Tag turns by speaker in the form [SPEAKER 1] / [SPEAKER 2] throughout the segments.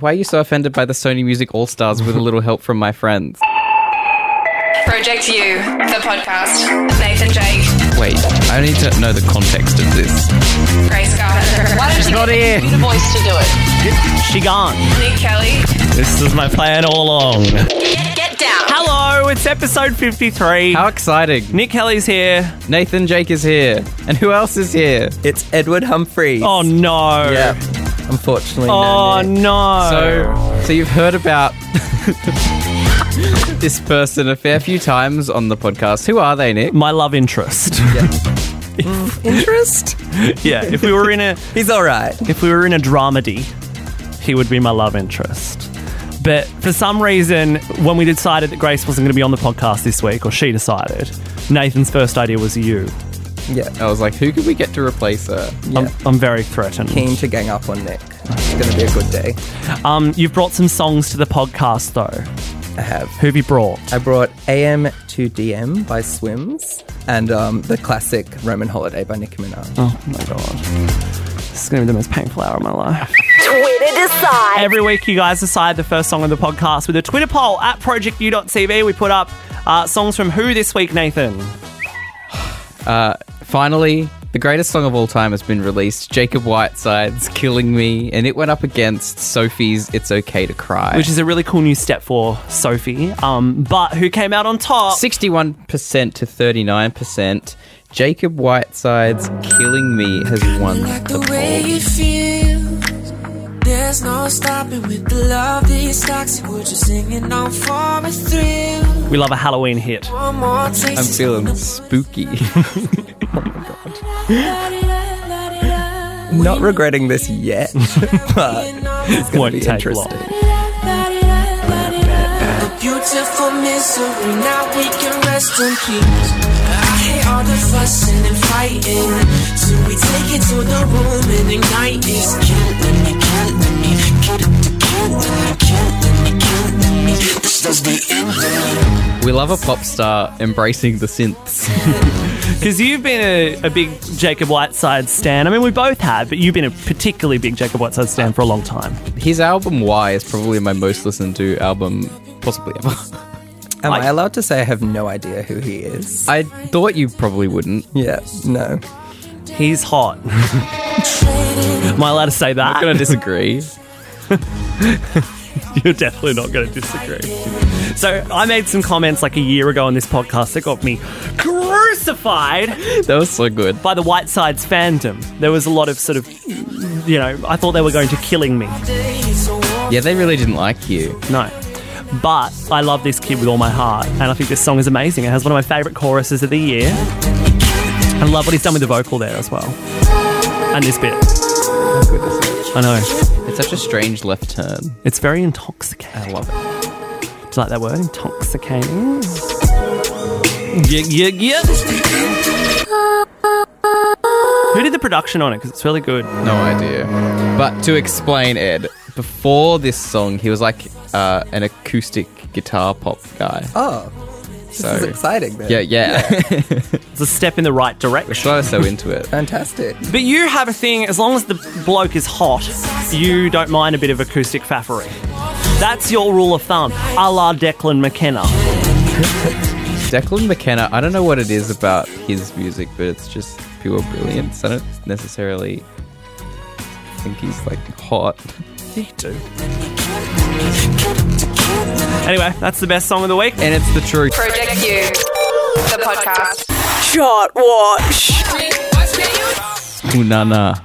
[SPEAKER 1] Why are you so offended by the Sony Music All Stars with a little help from my friends?
[SPEAKER 2] Project U, the podcast. Nathan Jake,
[SPEAKER 1] Wait, I need to know the context of this.
[SPEAKER 2] Grace Garner,
[SPEAKER 3] Why don't you
[SPEAKER 4] not here.
[SPEAKER 3] get the voice to do it?
[SPEAKER 4] She gone.
[SPEAKER 2] Nick Kelly,
[SPEAKER 4] This is my plan all along.
[SPEAKER 3] Get, get down.
[SPEAKER 4] Hello, it's episode 53.
[SPEAKER 1] How exciting!
[SPEAKER 4] Nick Kelly's here.
[SPEAKER 1] Nathan Jake is here, and who else is here?
[SPEAKER 5] It's Edward Humphreys.
[SPEAKER 4] Oh no.
[SPEAKER 5] Yeah. Unfortunately,
[SPEAKER 4] Oh
[SPEAKER 5] no. Nick.
[SPEAKER 4] no.
[SPEAKER 1] So, so you've heard about this person a fair few times on the podcast. Who are they, Nick?
[SPEAKER 4] my love interest.
[SPEAKER 5] Interest?
[SPEAKER 4] yeah, if we were in a
[SPEAKER 5] He's all right.
[SPEAKER 4] if we were in a dramedy, he would be my love interest. But for some reason, when we decided that Grace wasn't going to be on the podcast this week, or she decided, Nathan's first idea was you.
[SPEAKER 5] Yeah.
[SPEAKER 1] I was like, who could we get to replace her?
[SPEAKER 5] yeah.
[SPEAKER 4] I'm, I'm very threatened.
[SPEAKER 5] Keen to gang up on Nick. It's going to be a good day.
[SPEAKER 4] Um, you've brought some songs to the podcast though.
[SPEAKER 5] I have.
[SPEAKER 4] Who have you brought?
[SPEAKER 5] I brought AM to DM by Swims and um, the classic Roman Holiday by Nicki Minaj.
[SPEAKER 4] Oh my god. This is going to be the most painful hour of my life.
[SPEAKER 6] Twitter decide.
[SPEAKER 4] Every week, you guys decide the first song on the podcast with a Twitter poll at projectu.tv. We put up uh, songs from who this week, Nathan?
[SPEAKER 1] Finally, the greatest song of all time has been released Jacob Whiteside's Killing Me, and it went up against Sophie's It's Okay to Cry.
[SPEAKER 4] Which is a really cool new step for Sophie. Um, but who came out on top?
[SPEAKER 1] 61% to 39%. Jacob Whiteside's Killing Me has won
[SPEAKER 7] like
[SPEAKER 1] the
[SPEAKER 7] the way
[SPEAKER 1] poll.
[SPEAKER 7] it feels. There's no stopping with the love that's toxic. We're just singing on for a thrill.
[SPEAKER 4] We love a Halloween hit.
[SPEAKER 7] One more taste.
[SPEAKER 1] I'm feeling spooky.
[SPEAKER 5] Not regretting this yet, but
[SPEAKER 4] It won't
[SPEAKER 5] be
[SPEAKER 4] take long.
[SPEAKER 5] interesting.
[SPEAKER 7] The beautiful misery. Now we can rest in peace. I hate all the fussing and fighting. So we take it to the room and ignite it. Killing me, killing me, killing me, killing me, killing me, killing me. This does the ending.
[SPEAKER 1] we love a pop star embracing the synths.
[SPEAKER 4] Because you've been a, a big Jacob Whiteside stan. I mean, we both have, but you've been a particularly big Jacob Whiteside stan for a long time.
[SPEAKER 1] His album Y is probably my most listened to album possibly ever.
[SPEAKER 5] Am
[SPEAKER 4] I-
[SPEAKER 5] I allowed to say I have no idea who he is?
[SPEAKER 1] I thought you probably wouldn't.
[SPEAKER 5] Yeah, no.
[SPEAKER 4] He's hot. Am I allowed to say that?
[SPEAKER 1] I'm going to disagree.
[SPEAKER 4] You're definitely not going to disagree. So I made some comments like a year ago on this podcast that got me crucified
[SPEAKER 1] That was so good.
[SPEAKER 4] by the Whitesides fandom. There was a lot of sort of, you know, I thought they were going to killing me.
[SPEAKER 1] Yeah, they really didn't like you.
[SPEAKER 4] No. But I love this kid with all my heart, and I think this song is amazing. It has one of my favourite choruses of the year. I love what he's done with the vocal there as well, and this bit. I know
[SPEAKER 1] It's such a strange left turn.
[SPEAKER 4] it's very intoxicating.
[SPEAKER 1] I love it.
[SPEAKER 4] Do you like that word? Intoxicating. Yeah, yeah, yeah. Who did the production on it? Because it's really good.
[SPEAKER 1] No idea. But to explain, Ed, before this song, he was like uh, an acoustic guitar pop guy.
[SPEAKER 5] Oh, this
[SPEAKER 1] So-
[SPEAKER 5] is exciting. Then.
[SPEAKER 1] Yeah, yeah.
[SPEAKER 4] It's a step in the right
[SPEAKER 1] That's
[SPEAKER 4] direction.
[SPEAKER 1] why I was so into it.
[SPEAKER 5] Fantastic.
[SPEAKER 4] But you have a thing, as long as the bloke is hot, you don't mind a bit of acoustic faffery. That's your rule of thumb, a la Declan McKenna.
[SPEAKER 1] Declan McKenna, I don't know what it is about his music, but it's just pure brilliance. I don't necessarily think he's like hot.
[SPEAKER 4] Anyway, that's the best song of the week.
[SPEAKER 1] And it's the truth.
[SPEAKER 2] Project U, the podcast.
[SPEAKER 6] Shot watch.
[SPEAKER 1] Unana.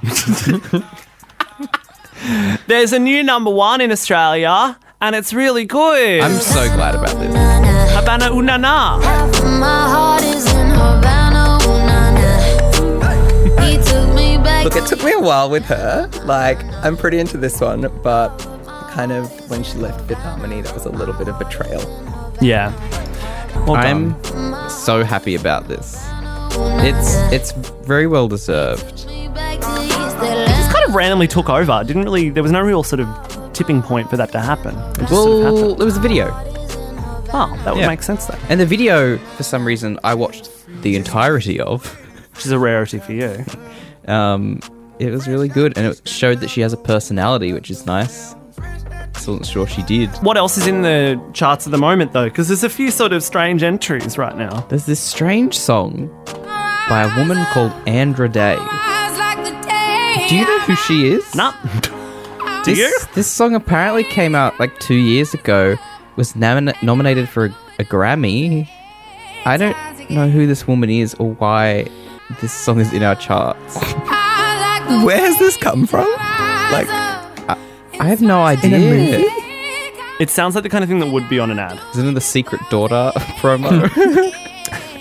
[SPEAKER 4] There's a new number one in Australia, and it's really good.
[SPEAKER 1] I'm so glad about this.
[SPEAKER 4] Habana Unana.
[SPEAKER 8] oh,
[SPEAKER 5] Look, it took me a while with her. Like, I'm pretty into this one, but kind of when she left Fifth Harmony, that was a little bit of betrayal.
[SPEAKER 4] Yeah. Well done.
[SPEAKER 1] I'm so happy about this. It's it's very well deserved.
[SPEAKER 4] just kind of randomly took over. Didn't really. There was no real sort of tipping point for that to happen. It just sort of
[SPEAKER 1] Well,
[SPEAKER 4] happened.
[SPEAKER 1] there was a video,
[SPEAKER 4] Oh, that would
[SPEAKER 1] yeah.
[SPEAKER 4] make sense then.
[SPEAKER 1] and the video for some reason I watched the entirety of.
[SPEAKER 4] Which is a rarity for you.
[SPEAKER 1] Um, it was really good, and it showed that she has a personality, which is nice. wasn't sure she did.
[SPEAKER 4] What else is in the charts at the moment, though? Because there's a few sort of strange entries right now.
[SPEAKER 1] There's this strange song by a woman called Andra Day. Do you know who she is?
[SPEAKER 4] Nah. Do
[SPEAKER 1] this,
[SPEAKER 4] you?
[SPEAKER 1] This song apparently came out like two years ago, was nomin- nominated for a, a Grammy. I don't know who this woman is or why this song is in our charts.
[SPEAKER 5] Where has this come from? Like,
[SPEAKER 1] I have no idea.
[SPEAKER 5] movie?
[SPEAKER 4] It sounds like the kind of thing that would be on an ad.
[SPEAKER 1] Isn't it the Secret Daughter promo?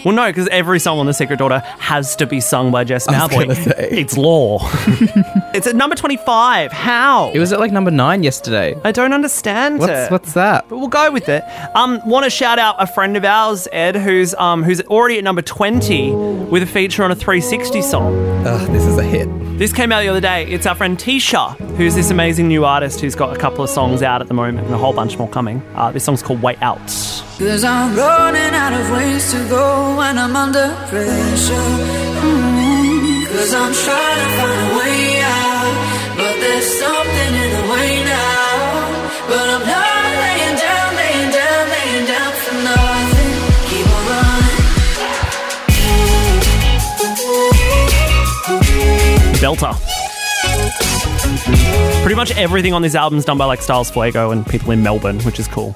[SPEAKER 4] Well, no, because every song on The Secret Daughter has to be sung by Jess
[SPEAKER 5] I was
[SPEAKER 4] Malboy.
[SPEAKER 5] gonna say.
[SPEAKER 4] It's law. it's at number 25. How?
[SPEAKER 1] it was at like number nine yesterday.
[SPEAKER 4] I don't understand
[SPEAKER 1] What's
[SPEAKER 4] it.
[SPEAKER 1] what's that?
[SPEAKER 4] But we'll go with it. Um, want to shout out a friend of ours, Ed, who's um, who's already at number 20 with a feature on a 360 song.
[SPEAKER 5] ugh, this is a hit.
[SPEAKER 4] This came out the other day. It's our friend Tisha, who's this amazing new artist who's got a couple of songs out at the moment and a whole bunch more coming. Uh, this song's called Way Out.
[SPEAKER 7] Cause I'm running out of ways to go when I'm under pressure. mm Cause I'm trying to find a way out. But there's something in the way now. But I'm not laying down, laying down, laying down for nothing. Keep on running.
[SPEAKER 4] Delta. Pretty much everything on this album's done by like Styles Fuego and people in Melbourne, which is cool.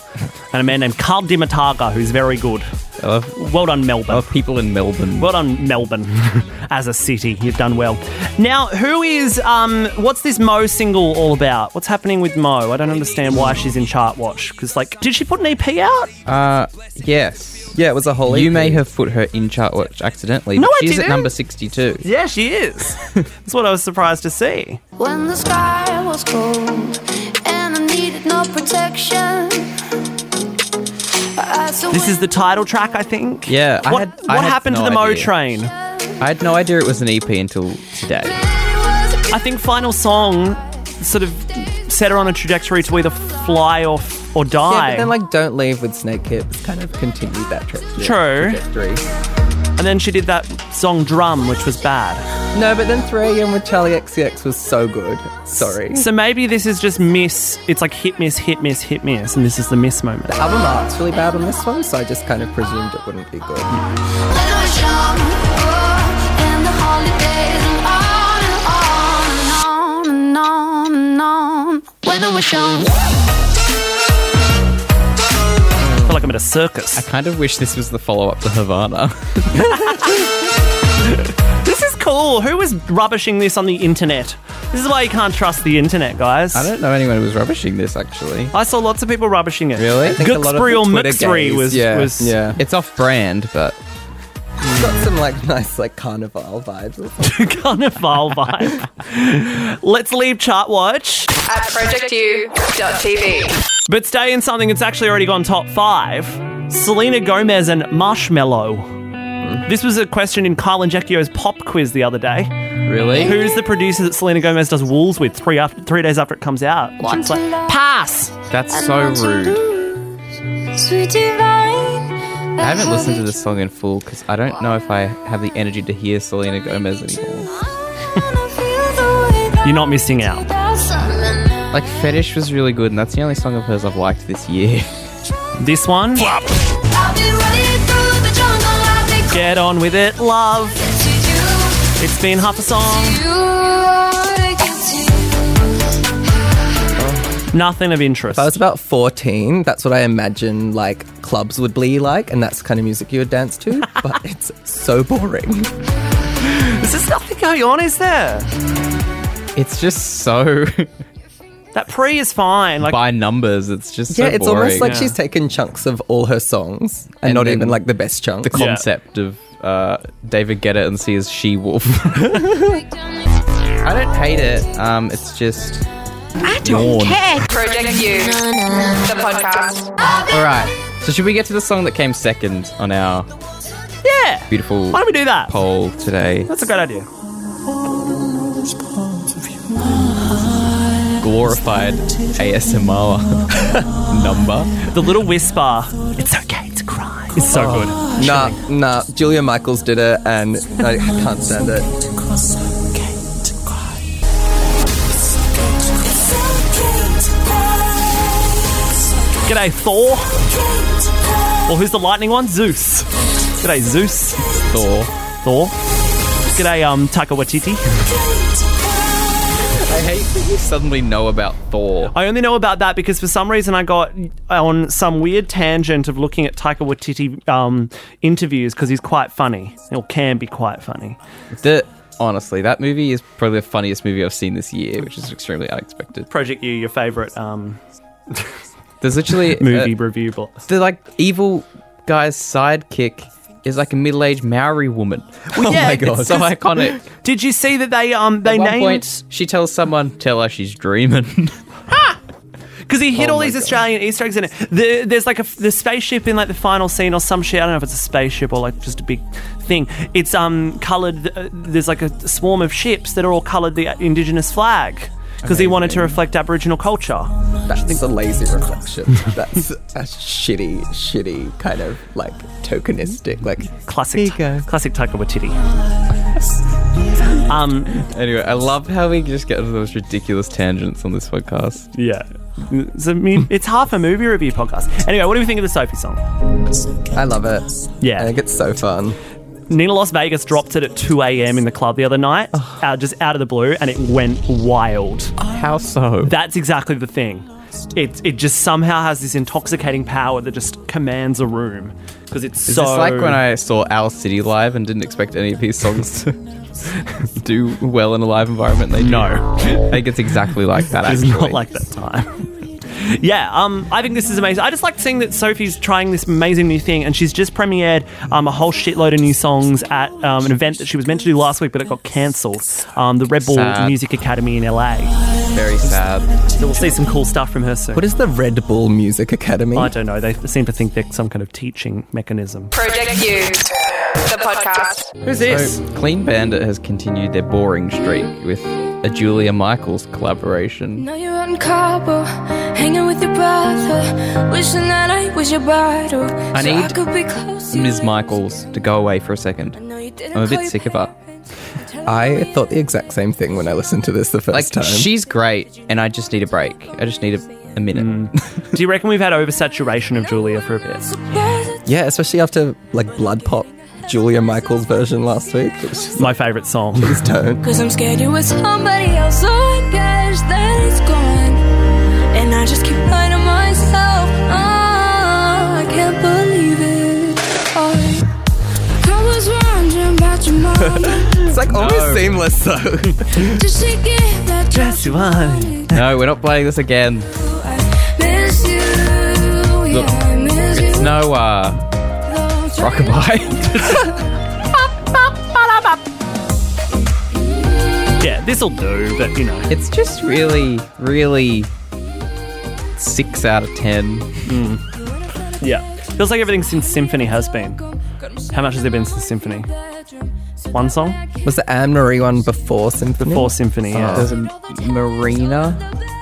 [SPEAKER 4] And a man named Carl Dimataga, who's very good.
[SPEAKER 1] I love,
[SPEAKER 4] Well done,
[SPEAKER 1] I
[SPEAKER 4] Melbourne.
[SPEAKER 1] love people in Melbourne.
[SPEAKER 4] Well done, Melbourne. As a city, you've done well. Now, who is um? What's this Mo single all about? What's happening with Mo? I don't understand why she's in chart watch. Because like, did she put an EP out?
[SPEAKER 1] Uh, yes.
[SPEAKER 5] Yeah, it was a whole.
[SPEAKER 1] You
[SPEAKER 5] EP.
[SPEAKER 1] may have put her in chart watch accidentally.
[SPEAKER 4] No,
[SPEAKER 1] but
[SPEAKER 4] I
[SPEAKER 1] she's
[SPEAKER 4] didn't.
[SPEAKER 1] at number 62.
[SPEAKER 4] Yeah, she is. That's what I was surprised to see.
[SPEAKER 8] When the sky was cold and I needed no protection.
[SPEAKER 4] This is the title track, I think.
[SPEAKER 1] Yeah, I
[SPEAKER 4] What,
[SPEAKER 1] had-
[SPEAKER 4] what
[SPEAKER 1] I had
[SPEAKER 4] happened
[SPEAKER 1] no
[SPEAKER 4] to the Mo
[SPEAKER 1] idea.
[SPEAKER 4] Train?
[SPEAKER 1] I had no idea it was an EP until today.
[SPEAKER 4] I think final song sort of set her on a trajectory to either fly or f- or
[SPEAKER 5] Yeah,
[SPEAKER 4] die.
[SPEAKER 5] but then like, don't leave with Snake Hips. Kind of continued that tra-
[SPEAKER 4] True.
[SPEAKER 5] trajectory.
[SPEAKER 4] and then she did that song Drum, which was bad.
[SPEAKER 5] No, but then 3AM with Charlie XCX was so good. Sorry.
[SPEAKER 4] So maybe this is just miss. It's like hit miss, hit miss, hit miss, and this is the miss moment.
[SPEAKER 5] album art's really bad on this one, so I just kind of presumed it wouldn't be good.
[SPEAKER 8] oh,
[SPEAKER 4] I feel like I'm at a
[SPEAKER 1] I
[SPEAKER 4] circus.
[SPEAKER 1] kind of wish this was the follow up to Havana.
[SPEAKER 4] This is cool. Who was rubbishing this on the internet? This is why you can't trust the internet, guys.
[SPEAKER 1] I don't know anyone who was rubbishing this actually.
[SPEAKER 4] I saw lots of people rubbishing it.
[SPEAKER 1] Really? I think
[SPEAKER 5] a lot of
[SPEAKER 4] Gooksbury or
[SPEAKER 5] Twitter
[SPEAKER 4] Muxbury
[SPEAKER 5] gays,
[SPEAKER 4] was,
[SPEAKER 1] yeah,
[SPEAKER 4] was
[SPEAKER 5] Yeah.
[SPEAKER 1] It's off brand, but
[SPEAKER 5] It's got some like nice like carnival vibes. or something.
[SPEAKER 4] carnival vibe. Let's leave chart watch,
[SPEAKER 2] at projectu.tv.
[SPEAKER 4] but stay in something that's actually already gone top five. Selena Gomez and Marshmello. This was a question in Kyle and Jackio's pop quiz the other day.
[SPEAKER 1] really?
[SPEAKER 4] Who's the producer that Selena Gomez does Wolves with three after, three days after it comes out? It's like, pass.
[SPEAKER 1] That's so rude. I haven't listened to this song in full because I don't know if I have the energy to hear Selena Gomez anymore.
[SPEAKER 4] You're not missing out.
[SPEAKER 1] Like Fetish was really good, and that's the only song of hers I've liked this year.
[SPEAKER 4] This one, get on with it, love. It's been half a song. Nothing of interest.
[SPEAKER 5] If I was about 14, that's what I imagine like clubs would be like, and that's the kind of music you would dance to, but it's so boring.
[SPEAKER 4] There's nothing going on, is there?
[SPEAKER 1] It's just so
[SPEAKER 4] That pre is fine. Like
[SPEAKER 1] by numbers. It's just
[SPEAKER 5] yeah,
[SPEAKER 1] so
[SPEAKER 5] it's
[SPEAKER 1] boring.
[SPEAKER 5] almost like
[SPEAKER 4] Yeah.
[SPEAKER 5] she's taken chunks of all her songs and,
[SPEAKER 1] And
[SPEAKER 5] not
[SPEAKER 1] then
[SPEAKER 5] even like the best chunks.
[SPEAKER 1] the concept of uh, David Guetta and Sia's She Wolf. I don't hate it. Um, it's just. I don't care.
[SPEAKER 2] Project U, the podcast.
[SPEAKER 1] All right. So should we get to the song that came second on our
[SPEAKER 4] yeah.
[SPEAKER 1] beautiful
[SPEAKER 4] Why don't we do that?
[SPEAKER 1] poll today?
[SPEAKER 4] That's a great idea.
[SPEAKER 1] Glorified ASMR number.
[SPEAKER 4] The little whisper. It's okay to cry. It's so good.
[SPEAKER 5] nah, nah, Julia Michaels did it, and I can't stand it.
[SPEAKER 7] It's okay to cry.
[SPEAKER 4] G'day, Thor. Or who's the lightning one? Zeus. G'day, Zeus.
[SPEAKER 1] Thor.
[SPEAKER 4] Thor. G'day, um, Taka Waititi.
[SPEAKER 1] I hate that you suddenly know about Thor.
[SPEAKER 4] I only know about that because for some reason I got on some weird tangent of looking at Taika Waititi um, interviews because he's quite funny or can be quite funny.
[SPEAKER 1] The, honestly, that movie is probably the funniest movie I've seen this year, which is extremely unexpected.
[SPEAKER 4] Project U, your favorite um,
[SPEAKER 1] There's literally
[SPEAKER 4] movie
[SPEAKER 1] uh,
[SPEAKER 4] review book.
[SPEAKER 1] the like evil guy's sidekick is like a middle-aged Maori woman. oh my god, so iconic.
[SPEAKER 4] Did you see that they um they
[SPEAKER 1] At one
[SPEAKER 4] named
[SPEAKER 1] point, she tells someone, "Tell her she's dreaming."
[SPEAKER 4] Because he hid
[SPEAKER 1] Oh
[SPEAKER 4] all
[SPEAKER 1] my
[SPEAKER 4] these
[SPEAKER 1] God.
[SPEAKER 4] Australian Easter eggs in it. The, there's like a f- the spaceship in like the final scene or some shit. I don't know if it's a spaceship or like just a big thing. It's um coloured. Uh, there's like a swarm of ships that are all coloured the Indigenous flag because he wanted to reflect Aboriginal culture.
[SPEAKER 5] That's a lazy reflection. That's a shitty, shitty kind of like tokenistic. Like,
[SPEAKER 4] Classic.
[SPEAKER 1] There you go.
[SPEAKER 4] Classic Taika Waititi. um.
[SPEAKER 1] anyway, I love how we just get into those ridiculous tangents on this podcast.
[SPEAKER 4] Yeah. So, I mean, it's half a movie review podcast. Anyway, what do we think of the Sophie song?
[SPEAKER 5] I love it.
[SPEAKER 4] Yeah.
[SPEAKER 5] I think it's so fun.
[SPEAKER 4] Nina Las Vegas dropped it at 2 a.m. in the club the other night, uh, just out of the blue, and it went wild.
[SPEAKER 1] How so?
[SPEAKER 4] That's exactly the thing. It, it just somehow has this intoxicating power that just commands a room because it's
[SPEAKER 1] Is
[SPEAKER 4] so.
[SPEAKER 1] this like when I saw Owl City live and didn't expect any of these songs to do well in a live environment? They
[SPEAKER 4] No.
[SPEAKER 1] do. I think it's exactly like that.
[SPEAKER 4] It's
[SPEAKER 1] Actually,
[SPEAKER 4] not like that time. yeah, um, I think this is amazing. I just like seeing that Sophie's trying this amazing new thing, and she's just premiered um, a whole shitload of new songs at um, an event that she was meant to do last week, but it got cancelled. Um, the Red Bull
[SPEAKER 1] Sad.
[SPEAKER 4] Music Academy in LA.
[SPEAKER 1] very sad.
[SPEAKER 4] So we'll see some cool stuff from her soon.
[SPEAKER 5] What is the Red Bull Music Academy?
[SPEAKER 4] I don't know. They seem to think they're some kind of teaching mechanism.
[SPEAKER 2] Project U, the podcast.
[SPEAKER 1] Who's this? Clean Bandit has continued their boring streak with a Julia Michaels collaboration.
[SPEAKER 8] Now you're on Cabo, hanging with your brother, wishing that I was your bottle.
[SPEAKER 1] I
[SPEAKER 8] so I
[SPEAKER 1] need
[SPEAKER 8] could be close to
[SPEAKER 1] Ms.
[SPEAKER 8] you.
[SPEAKER 1] Michaels to go away for a second.
[SPEAKER 8] No, you didn't
[SPEAKER 1] I'm a bit
[SPEAKER 8] call your
[SPEAKER 1] sick of her.
[SPEAKER 8] parents.
[SPEAKER 5] I thought the exact same thing when I listened to this the
[SPEAKER 1] Like
[SPEAKER 5] first time.
[SPEAKER 1] she's great, and I just need a break. I just need a, a minute.
[SPEAKER 4] Do you reckon we've had oversaturation of Julia for a bit?
[SPEAKER 5] yeah, especially after like Blood Pop Julia Michaels version last week. It was just
[SPEAKER 4] My favourite song.
[SPEAKER 5] his tone.
[SPEAKER 8] Cause I'm scared you're with somebody else, so I guess that it's gone. And I just keep lying to myself, oh, I can't believe it. Oh, I was wondering about your mom.
[SPEAKER 5] It's like almost seamless though.
[SPEAKER 8] Did she get that dress you wanted?
[SPEAKER 1] No, we're not playing this again.
[SPEAKER 8] I miss you.
[SPEAKER 1] Look,
[SPEAKER 8] yeah, I miss
[SPEAKER 1] It's
[SPEAKER 8] you.
[SPEAKER 1] no uh, rockabye.
[SPEAKER 4] Yeah, this'll do, but you know.
[SPEAKER 1] it's just really, really six out of ten.
[SPEAKER 4] Yeah. Feels like everything since Symphony has been. How much has there been since Symphony? One song?
[SPEAKER 5] Was the Anne Marie one before Symphony?
[SPEAKER 4] Four Symphony, yeah.
[SPEAKER 5] Oh.
[SPEAKER 1] There's a Marina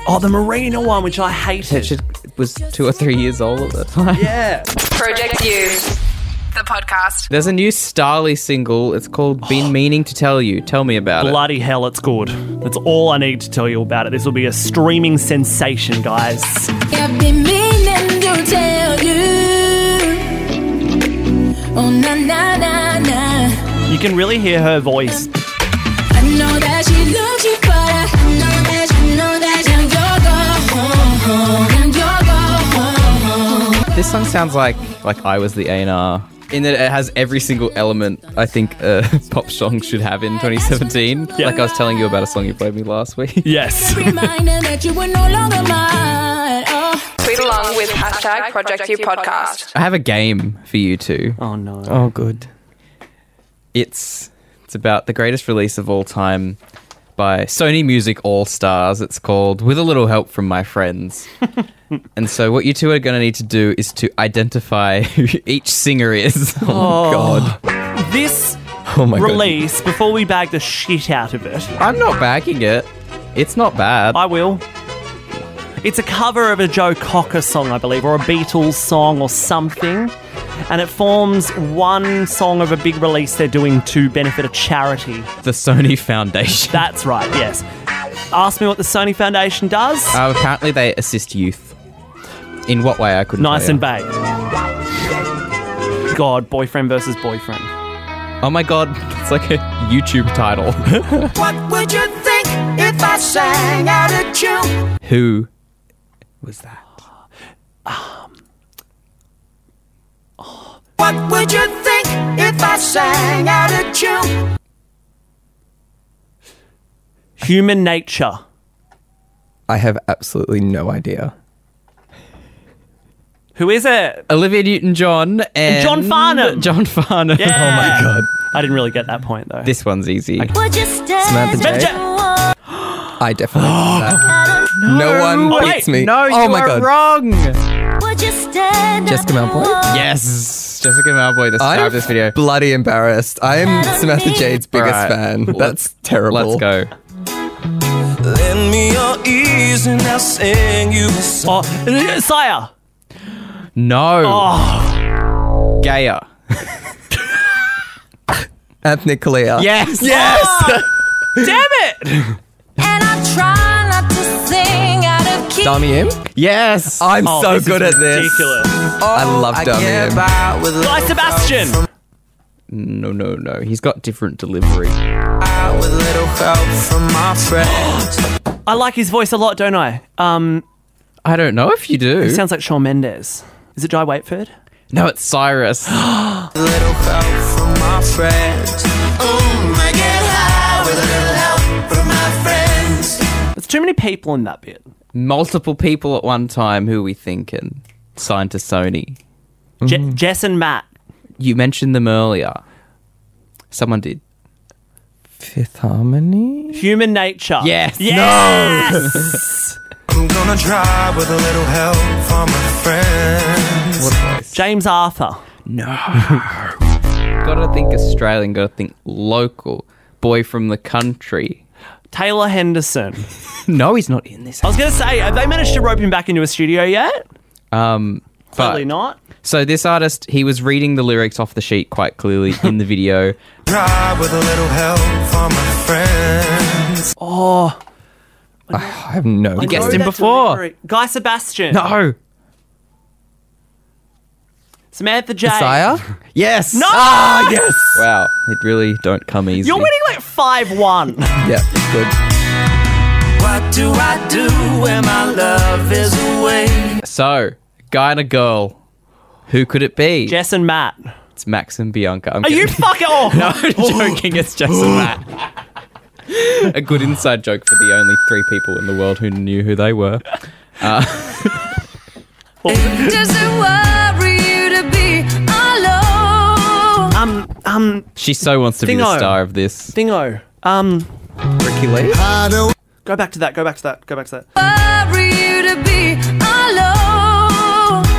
[SPEAKER 4] Oh, the Marina one, which I
[SPEAKER 1] that
[SPEAKER 4] hated.
[SPEAKER 1] should, was two or three years old at the time.
[SPEAKER 4] Yeah.
[SPEAKER 2] Project U, the podcast.
[SPEAKER 1] There's a new Starly single. It's called "Been Meaning to Tell You." Tell me about it.
[SPEAKER 4] Bloody hell, it's good. That's all I need to tell you about it. This will be a streaming sensation, guys.
[SPEAKER 8] I've been meaning to tell you. Oh, na na na na.
[SPEAKER 4] You can really hear her voice.
[SPEAKER 8] I know that she loves you, but I know that you know that and you're gone, and you're gone.
[SPEAKER 1] This song sounds like like I was the A and R. In that it has every single element I think a pop song should have in 2017.
[SPEAKER 4] Yeah.
[SPEAKER 1] Like I was telling you about a song you played me last week.
[SPEAKER 4] Yes.
[SPEAKER 8] Reminder that you were no longer mine. Oh,
[SPEAKER 2] Tweet along with hashtag Project U podcast.
[SPEAKER 1] I have a game for you two.
[SPEAKER 4] Oh no.
[SPEAKER 1] Oh, good. It's it's about the greatest release of all time by Sony Music All Stars. It's called With a Little Help from My Friends. and so what you two are going to need to do is to identify who each singer is.
[SPEAKER 5] Oh, God.
[SPEAKER 4] This
[SPEAKER 5] Oh my God.
[SPEAKER 4] release, before we bag the shit out of it,
[SPEAKER 1] I'm not bagging it. It's not bad.
[SPEAKER 4] I will. It's a cover of a Joe Cocker song, I believe, or a Beatles song or something. And it forms one song of a big release they're doing to benefit a charity.
[SPEAKER 1] the Sony Foundation.
[SPEAKER 4] That's right, yes. Ask me what the Sony Foundation does.
[SPEAKER 1] Ah, Uh, apparently, they assist youth. In what way I couldn't.
[SPEAKER 4] Nice
[SPEAKER 1] tell
[SPEAKER 4] and
[SPEAKER 1] you.
[SPEAKER 4] bait. God, boyfriend versus boyfriend.
[SPEAKER 1] Oh my god, it's like a YouTube title.
[SPEAKER 7] What would you think if I sang out a tune?
[SPEAKER 1] Who was that?
[SPEAKER 7] What would you think if I sang out a tune?
[SPEAKER 4] Human nature.
[SPEAKER 5] I have absolutely no idea.
[SPEAKER 4] Who is it?
[SPEAKER 1] Olivia Newton-John and
[SPEAKER 4] John Farnham.
[SPEAKER 1] John Farnham.
[SPEAKER 4] Yeah. Oh my god. I didn't really get that point though.
[SPEAKER 1] This one's easy.
[SPEAKER 8] Would you stand
[SPEAKER 5] Samantha Jay?
[SPEAKER 8] and walk
[SPEAKER 5] I definitely know that. No, one
[SPEAKER 4] Oh,
[SPEAKER 5] beats
[SPEAKER 4] wait,
[SPEAKER 5] me.
[SPEAKER 1] No,
[SPEAKER 5] oh
[SPEAKER 1] you
[SPEAKER 5] my
[SPEAKER 1] are
[SPEAKER 5] god.
[SPEAKER 1] wrong.
[SPEAKER 8] Would you stand
[SPEAKER 5] Jessica
[SPEAKER 8] up and
[SPEAKER 5] Malpoint?
[SPEAKER 8] walk?
[SPEAKER 1] Yes, Jessica Malboy described
[SPEAKER 5] I'm
[SPEAKER 1] this video.
[SPEAKER 5] bloody embarrassed. I am Samantha Jade's biggest
[SPEAKER 1] Alright,
[SPEAKER 5] fan.
[SPEAKER 1] let's-
[SPEAKER 5] That's terrible.
[SPEAKER 1] Let's go.
[SPEAKER 7] Lend me your ears and I'll sing you a song.
[SPEAKER 4] Oh, Sire.
[SPEAKER 1] No.
[SPEAKER 4] Oh.
[SPEAKER 1] Gaia.
[SPEAKER 5] Anthony Kalia.
[SPEAKER 1] Yes. Yes.
[SPEAKER 4] Damn it!
[SPEAKER 8] And I try not to sing out of key.
[SPEAKER 5] Dummy M.
[SPEAKER 1] Yes.
[SPEAKER 5] I'm
[SPEAKER 4] Oh,
[SPEAKER 5] so
[SPEAKER 4] this
[SPEAKER 5] good
[SPEAKER 4] is
[SPEAKER 5] at this.
[SPEAKER 4] Ridiculous.
[SPEAKER 5] I
[SPEAKER 1] Oh,
[SPEAKER 5] love Dummy M.
[SPEAKER 4] Guy Sebastian.
[SPEAKER 1] no, no, no. He's got different delivery.
[SPEAKER 7] with little help from my friends.
[SPEAKER 4] I like his voice a lot, don't I? Um,
[SPEAKER 1] I don't know if you do.
[SPEAKER 4] it sounds like Shawn Mendes. Is it Jai Waitford?
[SPEAKER 1] no, it's Cyrus.
[SPEAKER 7] little help from my friends. Ooh, I get high with a little help from my friends.
[SPEAKER 4] There's too many people in that bit.
[SPEAKER 1] Multiple people at one time. Who are we thinking? Signed to Sony.
[SPEAKER 4] Je-
[SPEAKER 1] Mm-hmm.
[SPEAKER 4] Jess and Matt.
[SPEAKER 1] You mentioned them earlier. Someone did.
[SPEAKER 5] Fifth Harmony.
[SPEAKER 4] Human nature.
[SPEAKER 1] Yes.
[SPEAKER 4] Yes.
[SPEAKER 7] I'm gonna try with a little help from my friends.
[SPEAKER 4] James Arthur.
[SPEAKER 1] Gotta think Australian. Gotta think local. Boy from the country.
[SPEAKER 4] Taylor Henderson.
[SPEAKER 1] No, he's not in this.
[SPEAKER 4] I was gonna say, have they managed to rope him back into a studio yet?
[SPEAKER 1] Um,
[SPEAKER 4] Probably
[SPEAKER 1] but-
[SPEAKER 4] not.
[SPEAKER 1] So this artist, he was reading the lyrics off the sheet quite clearly in the video.
[SPEAKER 7] Try with a little help from my friends.
[SPEAKER 4] Oh,
[SPEAKER 5] I have no
[SPEAKER 4] I
[SPEAKER 5] clue.
[SPEAKER 1] guessed
[SPEAKER 4] know
[SPEAKER 1] him
[SPEAKER 4] that
[SPEAKER 1] before.
[SPEAKER 4] delivery. Guy Sebastian.
[SPEAKER 1] No.
[SPEAKER 4] Samantha J.
[SPEAKER 5] Messiah?
[SPEAKER 1] Yes. Ah.
[SPEAKER 4] No.
[SPEAKER 5] Yes.
[SPEAKER 1] Wow, it really don't come easy.
[SPEAKER 4] You're winning like five one.
[SPEAKER 5] Yeah, good.
[SPEAKER 7] What do I do when my love is away?
[SPEAKER 1] So, guy and a girl. Who could it be?
[SPEAKER 4] Jess and Matt.
[SPEAKER 1] It's Max and Bianca. I'm
[SPEAKER 4] Are you
[SPEAKER 1] kidding.
[SPEAKER 4] fucking oh. off?
[SPEAKER 1] I'm joking. It's Jess and Matt. A good inside joke for the only three people in the world who knew who they were.
[SPEAKER 8] Does it worry you to be alone?
[SPEAKER 4] Um, um,
[SPEAKER 1] She so wants to be the
[SPEAKER 4] Thingo.
[SPEAKER 1] star of this.
[SPEAKER 4] Dingo. Um,
[SPEAKER 5] Ricky Lee.
[SPEAKER 4] go back to that. Go back to that. Go back to that.
[SPEAKER 8] Worry you to be alone?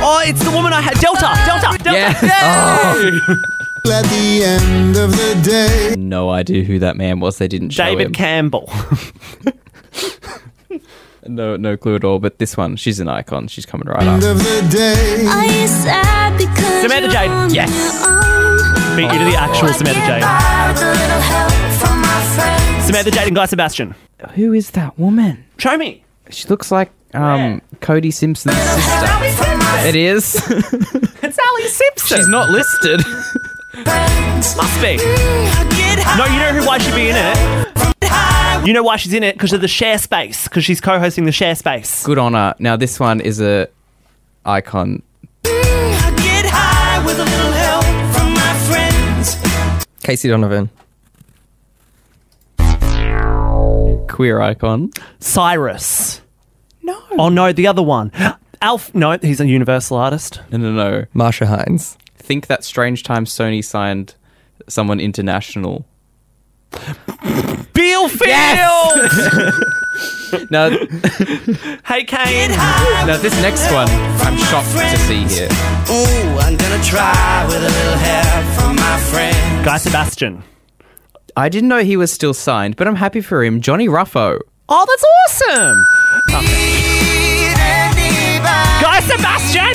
[SPEAKER 4] Oh, it's the woman I had. Delta. Delta. Delta.
[SPEAKER 1] Yes. Oh.
[SPEAKER 4] Yay!
[SPEAKER 9] At the end of the day.
[SPEAKER 1] No idea who that man was. They didn't show
[SPEAKER 4] David
[SPEAKER 1] him.
[SPEAKER 4] Campbell.
[SPEAKER 1] no, no clue at all. But this one, she's an icon. She's coming right up.
[SPEAKER 9] Of the day.
[SPEAKER 8] Are you sad because
[SPEAKER 4] Samantha
[SPEAKER 8] you're
[SPEAKER 4] Jade.
[SPEAKER 8] on
[SPEAKER 4] Yes.
[SPEAKER 8] your own?
[SPEAKER 4] Beat you to the actual
[SPEAKER 8] I
[SPEAKER 4] Samantha
[SPEAKER 8] get
[SPEAKER 4] Jade.
[SPEAKER 8] by with a little help from my friends.
[SPEAKER 4] Samantha Jade and Guy Sebastian.
[SPEAKER 1] Who is that woman?
[SPEAKER 4] Show me.
[SPEAKER 1] She looks like um, Cody Simpson's sister.
[SPEAKER 8] Help me from my
[SPEAKER 1] It is.
[SPEAKER 4] It's Ali Simpson.
[SPEAKER 1] She's not listed.
[SPEAKER 4] Must be. No, you know who, why she'd be in it? You know why she's in it? Because of the share space. Because she's co hosting the share space.
[SPEAKER 1] Good honor. Now this one is a icon.
[SPEAKER 7] Get high with a little help from my friends.
[SPEAKER 5] Casey Donovan.
[SPEAKER 1] Queer icon.
[SPEAKER 4] Cyrus. No. Oh, no, the other one. Alf. No, he's a universal artist.
[SPEAKER 1] No, no, no.
[SPEAKER 5] Marsha Hines.
[SPEAKER 1] Think that strange time Sony signed someone international.
[SPEAKER 4] Bill Field!
[SPEAKER 1] Now,
[SPEAKER 4] Hey, Kane.
[SPEAKER 1] now this next one, I'm shocked to see here.
[SPEAKER 7] Ooh, I'm gonna try with a little help from my friends.
[SPEAKER 4] Guy Sebastian.
[SPEAKER 1] I didn't know he was still signed, but I'm happy for him. Johnny Ruffo.
[SPEAKER 4] Oh, that's awesome! Guy Sebastian!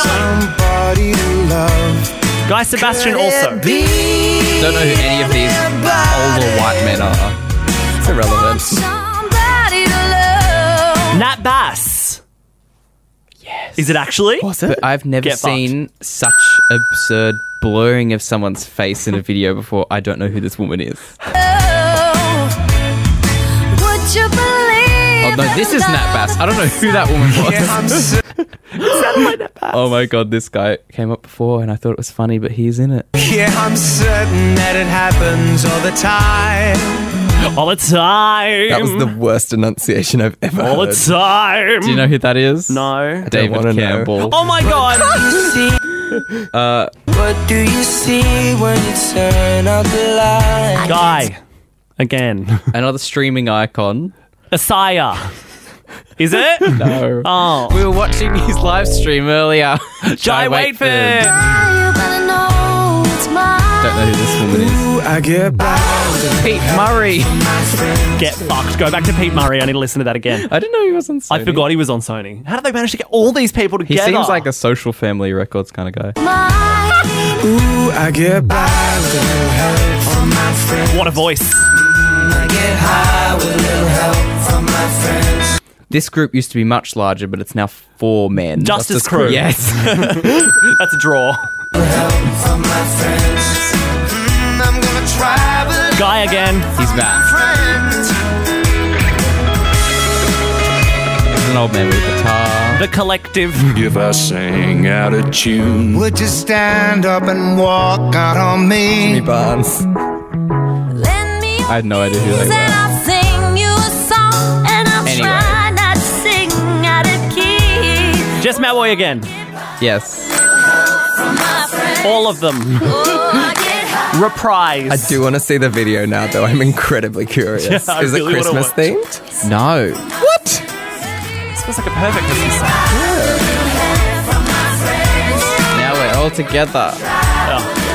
[SPEAKER 9] Somebody to love.
[SPEAKER 4] Guy Sebastian also.
[SPEAKER 1] Don't know who any of these old or white men are.
[SPEAKER 5] It's irrelevant.
[SPEAKER 8] somebody to love.
[SPEAKER 4] Nat Bass. Is it actually?
[SPEAKER 1] But I've never
[SPEAKER 4] Get fucked.
[SPEAKER 1] seen such absurd blurring of someone's face in a video before. I don't know who this woman is.
[SPEAKER 8] Would you believe
[SPEAKER 1] Oh no, this is Nat Bass. I don't know who that woman was. Oh my god, this guy came up before and I thought it was funny, but he's in it.
[SPEAKER 7] Yeah, I'm certain that it happens all the time.
[SPEAKER 4] All the time.
[SPEAKER 5] That was the worst enunciation I've ever
[SPEAKER 4] All
[SPEAKER 5] heard.
[SPEAKER 4] the time.
[SPEAKER 1] Do you know who that is?
[SPEAKER 4] No.
[SPEAKER 1] David
[SPEAKER 5] wanna know.
[SPEAKER 1] Campbell.
[SPEAKER 4] Oh my god.
[SPEAKER 1] Uh,
[SPEAKER 7] What do you see when you turn out the light?
[SPEAKER 4] Guy. Again.
[SPEAKER 1] Another streaming icon.
[SPEAKER 4] Asaya. Is it?
[SPEAKER 1] No.
[SPEAKER 4] Oh.
[SPEAKER 1] We were watching his live stream earlier.
[SPEAKER 4] Jai Waitford.
[SPEAKER 8] You better know it's mine.
[SPEAKER 1] Don't know who this woman is.
[SPEAKER 9] I get back.
[SPEAKER 1] Pete Murray.
[SPEAKER 4] Get fucked. Go back to Pete Murray. I need to listen to that again.
[SPEAKER 1] I didn't know he was on Sony.
[SPEAKER 4] I forgot he was on Sony. How did they manage to get all these people
[SPEAKER 1] He
[SPEAKER 4] together?
[SPEAKER 1] seems like a social family records kind of guy.
[SPEAKER 9] I get back.
[SPEAKER 4] what a voice.
[SPEAKER 1] This group used to be much larger, but it's now four men.
[SPEAKER 4] Justice Crew.
[SPEAKER 1] Yes.
[SPEAKER 4] That's a draw.
[SPEAKER 7] I'm gonna try, but
[SPEAKER 4] Guy again.
[SPEAKER 1] He's back.
[SPEAKER 7] friends.
[SPEAKER 1] He's an old man with a guitar.
[SPEAKER 4] The collective.
[SPEAKER 9] If I sang out a tune,
[SPEAKER 7] Would you stand up and walk out on me?
[SPEAKER 5] Barnes.
[SPEAKER 8] Lend me your
[SPEAKER 1] I had no idea who they
[SPEAKER 8] keys and
[SPEAKER 1] were.
[SPEAKER 8] I'll sing you a song. And I'll
[SPEAKER 1] Anyway.
[SPEAKER 8] try not to sing out of key.
[SPEAKER 4] Jess Malloy again.
[SPEAKER 1] Yes.
[SPEAKER 4] All of them.
[SPEAKER 8] oh,
[SPEAKER 4] Reprise.
[SPEAKER 5] I do want to see the video now, though. I'm incredibly curious.
[SPEAKER 4] Yeah, I
[SPEAKER 5] Is
[SPEAKER 4] really
[SPEAKER 5] it
[SPEAKER 4] wanna
[SPEAKER 5] Christmas
[SPEAKER 4] watch.
[SPEAKER 5] themed?
[SPEAKER 1] No.
[SPEAKER 5] What?
[SPEAKER 4] This was like a perfect Christmas song.
[SPEAKER 1] Now we're all together.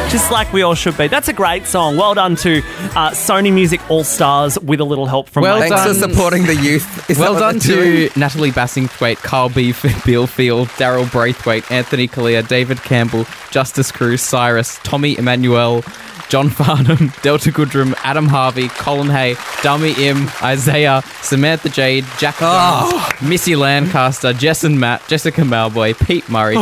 [SPEAKER 4] Just like we all should be. That's a great song. Well done to uh, Sony Music All Stars with a little help from
[SPEAKER 1] Well
[SPEAKER 4] my-
[SPEAKER 5] Thanks for
[SPEAKER 1] done.
[SPEAKER 5] supporting the youth. Is
[SPEAKER 1] well
[SPEAKER 5] that what
[SPEAKER 1] done
[SPEAKER 5] they're doing?
[SPEAKER 1] to Natalie Bassingthwaite, Carl B. Bill Field, Daryl Braithwaite, Anthony Kalia, David Campbell, Justice Cruz, Cyrus, Tommy Emmanuel, John Farnham, Delta Goodrum, Adam Harvey, Colin Hay, Dummy M, Isaiah, Samantha Jade, Jack Jones,
[SPEAKER 4] Ah.
[SPEAKER 1] Missy Lancaster, Jess and Matt, Jessica Malboy, Pete Murray,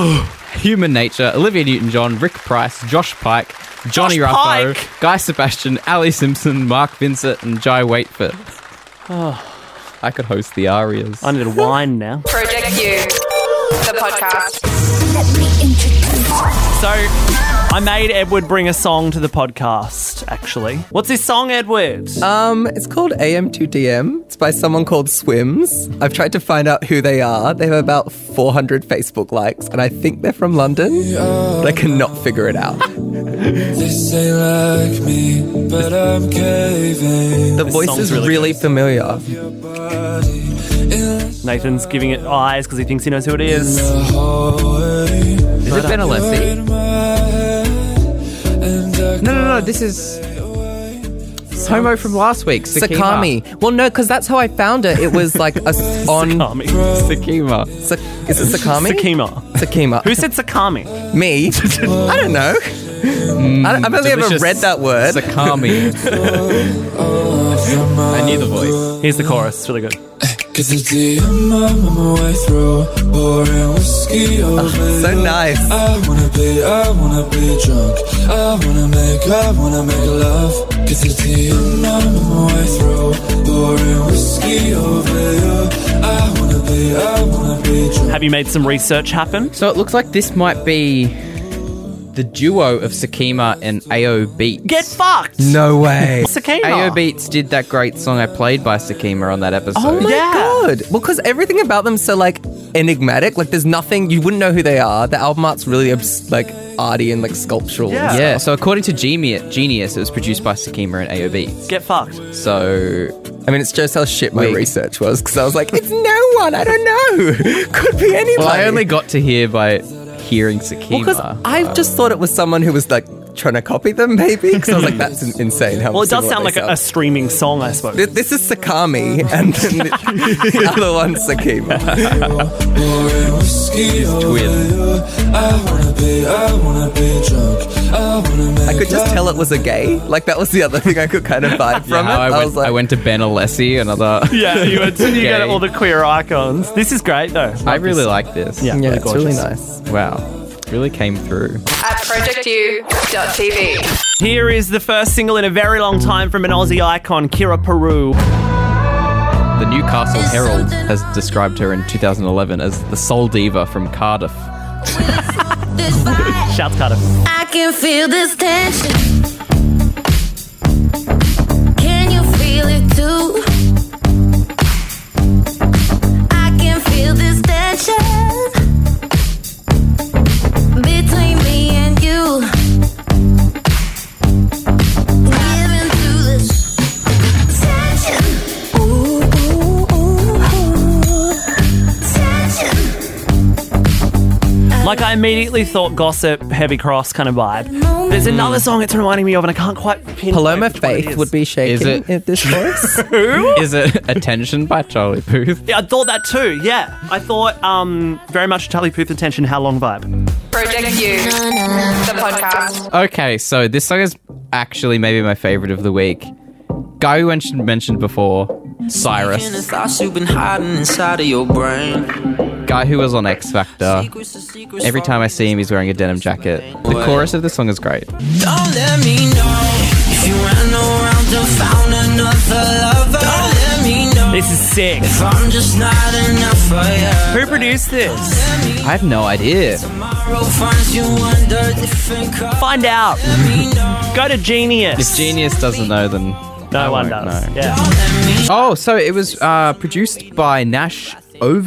[SPEAKER 1] Human Nature, Olivia Newton-John, Rick Price, Josh Pike, Johnny
[SPEAKER 4] Josh
[SPEAKER 1] Ruffo,
[SPEAKER 4] Pike!
[SPEAKER 1] Guy Sebastian, Ali Simpson, Mark Vincent, and Jai Waitford. I could host the Arias.
[SPEAKER 4] I need a wine now.
[SPEAKER 2] Project U, the podcast.
[SPEAKER 4] So I made Edward bring a song to the podcast, actually. What's this song, Edward?
[SPEAKER 5] Um, it's called AM2DM. It's by someone called Swims. I've tried to find out who they are. They have about 400 Facebook likes, and I think they're from London, but I cannot figure it out.
[SPEAKER 7] They say like me, but I'm caving.
[SPEAKER 5] The voice
[SPEAKER 4] song's
[SPEAKER 5] is
[SPEAKER 4] really
[SPEAKER 5] really, familiar.
[SPEAKER 4] Nathan's giving it eyes because he thinks he knows who it is.
[SPEAKER 1] is it Ben Alessi? No, no, no. This is it's Homo from last week. Sakima.
[SPEAKER 5] Sakami. Well, no, because that's how I found it. It was like a s- on.
[SPEAKER 4] Sakami.
[SPEAKER 1] Sakima.
[SPEAKER 5] Sa- is it Sakami?
[SPEAKER 4] Sakima.
[SPEAKER 5] Sakima.
[SPEAKER 4] Who said Hmm, Sakami?
[SPEAKER 5] me? I don't know. I don't- I've only ever
[SPEAKER 1] delicious
[SPEAKER 5] read that word.
[SPEAKER 1] Sakami. I knew the voice.
[SPEAKER 4] Here's the chorus. It's really good.
[SPEAKER 7] Cause it's the I'm my way through. Pouring whiskey over
[SPEAKER 5] so nice.
[SPEAKER 7] I wanna be, I wanna be drunk. I wanna make, I wanna make love. Cause it's the I'm my way through. Pouring whiskey over you. I wanna be, I wanna be drunk.
[SPEAKER 4] Have you made some research happen?
[SPEAKER 1] So it looks like this might be the duo of Sakima and AO Beats.
[SPEAKER 4] Get fucked!
[SPEAKER 5] No way.
[SPEAKER 4] Sakima.
[SPEAKER 1] AO Beats did that great song I played by Sakima on that episode.
[SPEAKER 5] Oh my
[SPEAKER 4] Yeah.
[SPEAKER 5] god! Well, because everything about them's so like enigmatic. Like, there's nothing you wouldn't know who they are. The album art's really obs- like arty and like sculptural. and
[SPEAKER 4] Yeah.
[SPEAKER 5] stuff.
[SPEAKER 1] Yeah, so according to Gemi- Genius, it was produced by Sakima and AOB.
[SPEAKER 4] Get fucked.
[SPEAKER 1] So,
[SPEAKER 5] I mean, it's just how shit my
[SPEAKER 1] Wait.
[SPEAKER 5] research was because I was like, it's no one. I don't know. Could be anybody.
[SPEAKER 1] well, I only got to hear by hearing Sakima.
[SPEAKER 5] because I just thought it was someone who was like trying to copy them, maybe? Because I was
[SPEAKER 1] Hmm.
[SPEAKER 5] like, that's in- insane. How
[SPEAKER 4] Well, it does
[SPEAKER 5] similar
[SPEAKER 4] sound
[SPEAKER 5] they
[SPEAKER 4] like a, a streaming song, I suppose.
[SPEAKER 5] Th- This is Sakami, and then the, the other one's Sakima. I could just tell it was a gay. Like, that was the other thing I could kind of vibe from
[SPEAKER 1] How
[SPEAKER 5] it.
[SPEAKER 1] I, went,
[SPEAKER 5] was like,
[SPEAKER 1] I went to Ben Alessi, another.
[SPEAKER 4] Yeah, you, went, you got
[SPEAKER 1] Gay.
[SPEAKER 4] all the queer icons. This is great, though.
[SPEAKER 1] I really like this.
[SPEAKER 4] Yeah,
[SPEAKER 5] yeah,
[SPEAKER 4] really
[SPEAKER 5] it's really
[SPEAKER 4] gorgeous.
[SPEAKER 5] nice.
[SPEAKER 1] Wow. Really came through.
[SPEAKER 2] at projectu.tv.
[SPEAKER 4] Here is the first single in a very long time from an Aussie icon, Kira Peru.
[SPEAKER 1] The Newcastle Herald has described her in 2011 as the soul diva from Cardiff.
[SPEAKER 4] Shouts Cardiff.
[SPEAKER 8] I can feel this tension. Can you feel it too? I can feel this tension between me and you. Giving to this tension. Ooh, ooh, ooh, ooh. Tension.
[SPEAKER 4] Like, I immediately thought gossip, heavy cross kind of vibe. There's another song it's reminding me of, and I can't quite pinpoint
[SPEAKER 5] Hmm. Paloma
[SPEAKER 4] which one it
[SPEAKER 5] Faith
[SPEAKER 4] is.
[SPEAKER 5] would be shaking
[SPEAKER 1] Is it-
[SPEAKER 5] at this voice.
[SPEAKER 1] Is it Attention by Charlie Booth?
[SPEAKER 4] Yeah, I thought that too, yeah. I thought um, very much Charlie Puth attention, how long vibe.
[SPEAKER 2] Project U, the podcast.
[SPEAKER 1] Okay, so this song is actually maybe my favorite of the week. Guy we mentioned, mentioned before,
[SPEAKER 7] And the
[SPEAKER 1] Cyrus.
[SPEAKER 7] thoughts you've been hiding inside of your brain.
[SPEAKER 1] Guy who was on X Factor.
[SPEAKER 7] Secrets to secrets
[SPEAKER 1] Uh, Every time I see him, he's wearing a denim jacket. The chorus of this song is great.
[SPEAKER 7] Don't let me know if you ran around and found another lover. Don't let me know
[SPEAKER 4] This is sick.
[SPEAKER 7] if I'm just not enough for you.
[SPEAKER 4] Who produced this?
[SPEAKER 1] I have no idea.
[SPEAKER 7] Tomorrow finds you under different covers.
[SPEAKER 4] Find out. Go to Genius.
[SPEAKER 1] If Genius doesn't know, then
[SPEAKER 4] no one
[SPEAKER 1] won't
[SPEAKER 4] does.
[SPEAKER 1] know.
[SPEAKER 4] Yeah.
[SPEAKER 1] Oh, so it was uh, produced by Nash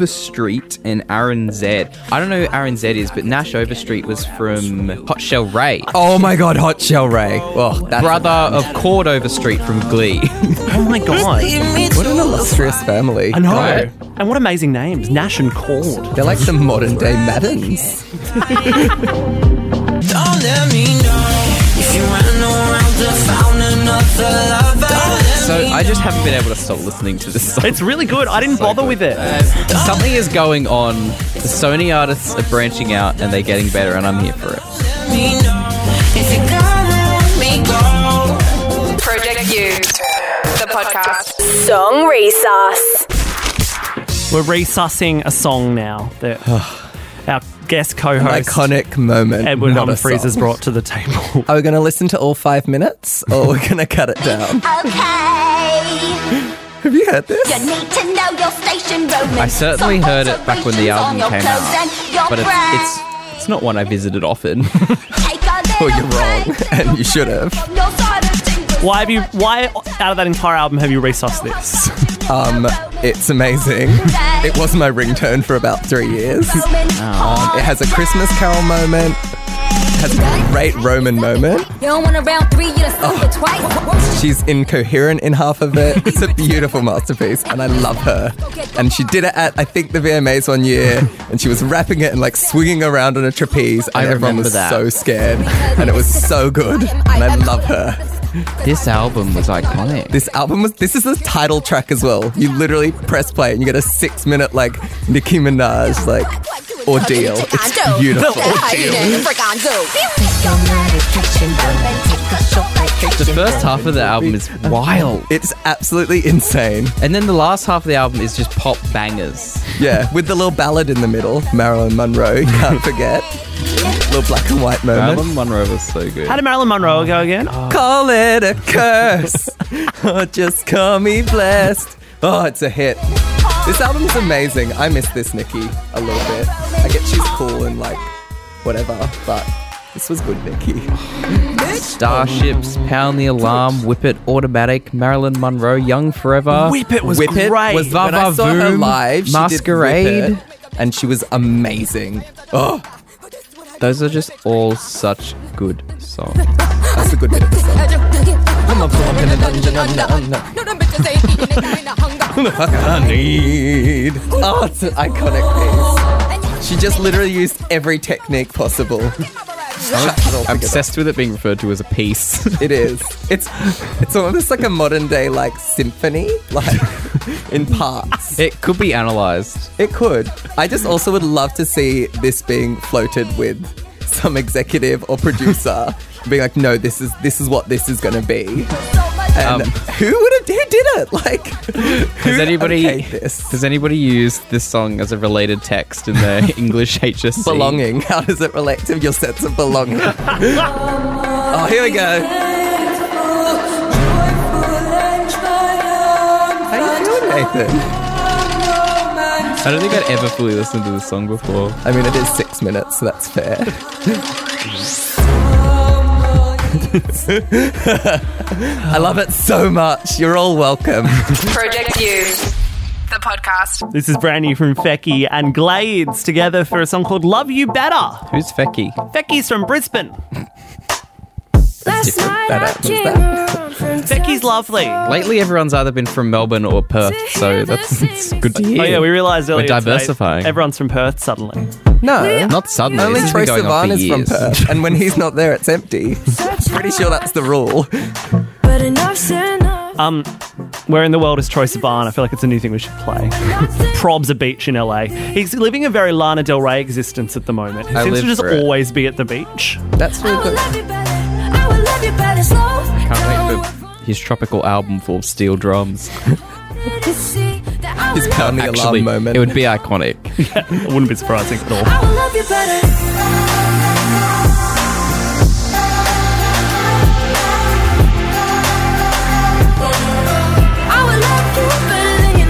[SPEAKER 1] Overstreet and Aaron Zed. I don't know who Aaron Zed is, but Nash Overstreet was from Hot Shell Ray,
[SPEAKER 5] oh my god, Hot Shell Ray. Well, that's
[SPEAKER 1] brother of Cord Overstreet from Glee.
[SPEAKER 4] Oh my god.
[SPEAKER 5] what an illustrious family.
[SPEAKER 4] I know.
[SPEAKER 1] Right.
[SPEAKER 4] And what amazing names. Nash and Cord.
[SPEAKER 5] They're like the modern day Maddens.
[SPEAKER 7] Don't let me know if you ran around and found another lover. Don't let
[SPEAKER 1] So I just haven't been able to stop listening to this song.
[SPEAKER 4] It's really good. I didn't bother with it.
[SPEAKER 1] Something is going on. The Sony artists are branching out and they're getting better, and I'm here for it.
[SPEAKER 7] me know if you're gonna let me go.
[SPEAKER 2] Project U, the podcast.
[SPEAKER 6] Song resource.
[SPEAKER 4] We're resussing a song now that our guest co-host
[SPEAKER 5] Iconic moment.
[SPEAKER 4] Edward
[SPEAKER 5] not a
[SPEAKER 4] Humphries has
[SPEAKER 5] song.
[SPEAKER 4] brought to the table.
[SPEAKER 5] Are we going to listen to all five minutes or we're going to cut it down?
[SPEAKER 8] Okay.
[SPEAKER 5] Have you heard this?
[SPEAKER 8] You need to know your station, Roman.
[SPEAKER 1] I certainly heard it back when the album came out, but it's it's, it's not one I visited often.
[SPEAKER 8] Oh,
[SPEAKER 5] you're wrong, and you should have.
[SPEAKER 4] Why have you? Why out of that entire album have you resussed this?
[SPEAKER 5] Um, it's amazing. It was my ringtone for about three years. Um, It has a Christmas Carol moment. Has a great Roman moment.
[SPEAKER 8] You don't want a round three, you done sung it twice.
[SPEAKER 5] She's incoherent in half of it. It's a beautiful masterpiece, and I love her. And she did it at I think the VMAs one year, and she was rapping it and like swinging around on a trapeze. And
[SPEAKER 1] I
[SPEAKER 5] everyone
[SPEAKER 1] remember
[SPEAKER 5] was
[SPEAKER 1] that.
[SPEAKER 5] so scared, and it was so good. And I love her.
[SPEAKER 1] this album was iconic.
[SPEAKER 5] This album was. This is the title track as well. You literally press play and you get a six-minute like Nicki Minaj like ordeal. It's beautiful.
[SPEAKER 1] The first half of the album is wild.
[SPEAKER 5] It's absolutely insane.
[SPEAKER 1] And then the last half of the album is just pop bangers.
[SPEAKER 5] Yeah, with the little ballad in the middle, Marilyn Monroe. Can't forget. little black and white moment.
[SPEAKER 1] Monroe was so good.
[SPEAKER 4] How did Marilyn Monroe go again?
[SPEAKER 5] Call it a curse. or just call me blessed. Oh, it's a hit. This album's amazing. I miss this Nikki a little bit. I get she's cool and like whatever, but this was good Nikki.
[SPEAKER 1] Starships, Pound the Alarm, Whip It, Automatic, Marilyn Monroe, Young Forever.
[SPEAKER 4] Whip It was
[SPEAKER 5] Whip It
[SPEAKER 4] great.
[SPEAKER 5] was
[SPEAKER 1] Va
[SPEAKER 5] when I
[SPEAKER 1] Va
[SPEAKER 5] saw her
[SPEAKER 1] Voom,
[SPEAKER 5] live. she did Whip
[SPEAKER 1] Masquerade.
[SPEAKER 5] It, and she was amazing. Oh,
[SPEAKER 1] Those are just all such good songs.
[SPEAKER 5] that's a good bit of the song.
[SPEAKER 8] I'm a
[SPEAKER 5] I need. Oh, it's an iconic piece. She just literally used every technique possible. Chuck it all
[SPEAKER 1] I'm
[SPEAKER 5] together.
[SPEAKER 1] obsessed with it being referred to as a piece.
[SPEAKER 5] It is. It's it's almost like a modern day like symphony, like in parts.
[SPEAKER 1] it could be analysed.
[SPEAKER 5] It could. I just also would love to see this being floated with some executive or producer being like, no, this is this is what this is gonna be. And
[SPEAKER 1] Um,
[SPEAKER 5] who would have who did it? Like who
[SPEAKER 1] Does anybody
[SPEAKER 5] okayed this?
[SPEAKER 1] does anybody use this song as a related text in their English HSC?
[SPEAKER 5] belonging? How does it relate to your sense of belonging? oh, here we go. How you feeling, Nathan?
[SPEAKER 1] I don't think I'd ever fully listened to this song before.
[SPEAKER 5] I mean, it is six minutes, so that's fair. I love it so much. You're all welcome.
[SPEAKER 2] Project U, the podcast.
[SPEAKER 4] This is brand new from Fecky and Glades together for a song called Love You Better.
[SPEAKER 1] Who's Fecky?
[SPEAKER 4] Fecky's from Brisbane.
[SPEAKER 8] Last night
[SPEAKER 5] That
[SPEAKER 8] I
[SPEAKER 5] happens,
[SPEAKER 8] came
[SPEAKER 5] that.
[SPEAKER 8] around from
[SPEAKER 4] Becky's lovely. Oh
[SPEAKER 1] Lately, everyone's either been from Melbourne or Perth, so that's it's good
[SPEAKER 5] Oh,
[SPEAKER 1] to hear.
[SPEAKER 4] yeah, we realised earlier. today
[SPEAKER 1] diversifying.
[SPEAKER 4] everyone's from Perth suddenly.
[SPEAKER 5] No.
[SPEAKER 1] Not suddenly.
[SPEAKER 5] Only
[SPEAKER 1] this has
[SPEAKER 5] Troy
[SPEAKER 1] been going on
[SPEAKER 5] Sivan
[SPEAKER 1] for
[SPEAKER 5] is from
[SPEAKER 1] years.
[SPEAKER 5] Perth, and when he's not there, it's empty. Pretty sure that's the rule.
[SPEAKER 8] But enough's enough.
[SPEAKER 4] Um, Where in the World is Troy Sivan? I feel like it's a new thing we should play. Prob's a beach in LA. He's living a very Lana Del Rey existence at the moment. He
[SPEAKER 1] I
[SPEAKER 4] seems
[SPEAKER 1] live
[SPEAKER 4] to just
[SPEAKER 1] for it.
[SPEAKER 4] always be at the beach.
[SPEAKER 5] That's
[SPEAKER 8] I
[SPEAKER 5] really
[SPEAKER 8] would
[SPEAKER 5] good.
[SPEAKER 8] love you better. I would love you better slow.
[SPEAKER 1] Can't wait for his tropical album full of steel drums.
[SPEAKER 8] His
[SPEAKER 5] pounding alarm
[SPEAKER 1] Actually,
[SPEAKER 5] moment.
[SPEAKER 1] it would be iconic.
[SPEAKER 4] It wouldn't be surprising at all.
[SPEAKER 8] I would love you better. I would love you better than you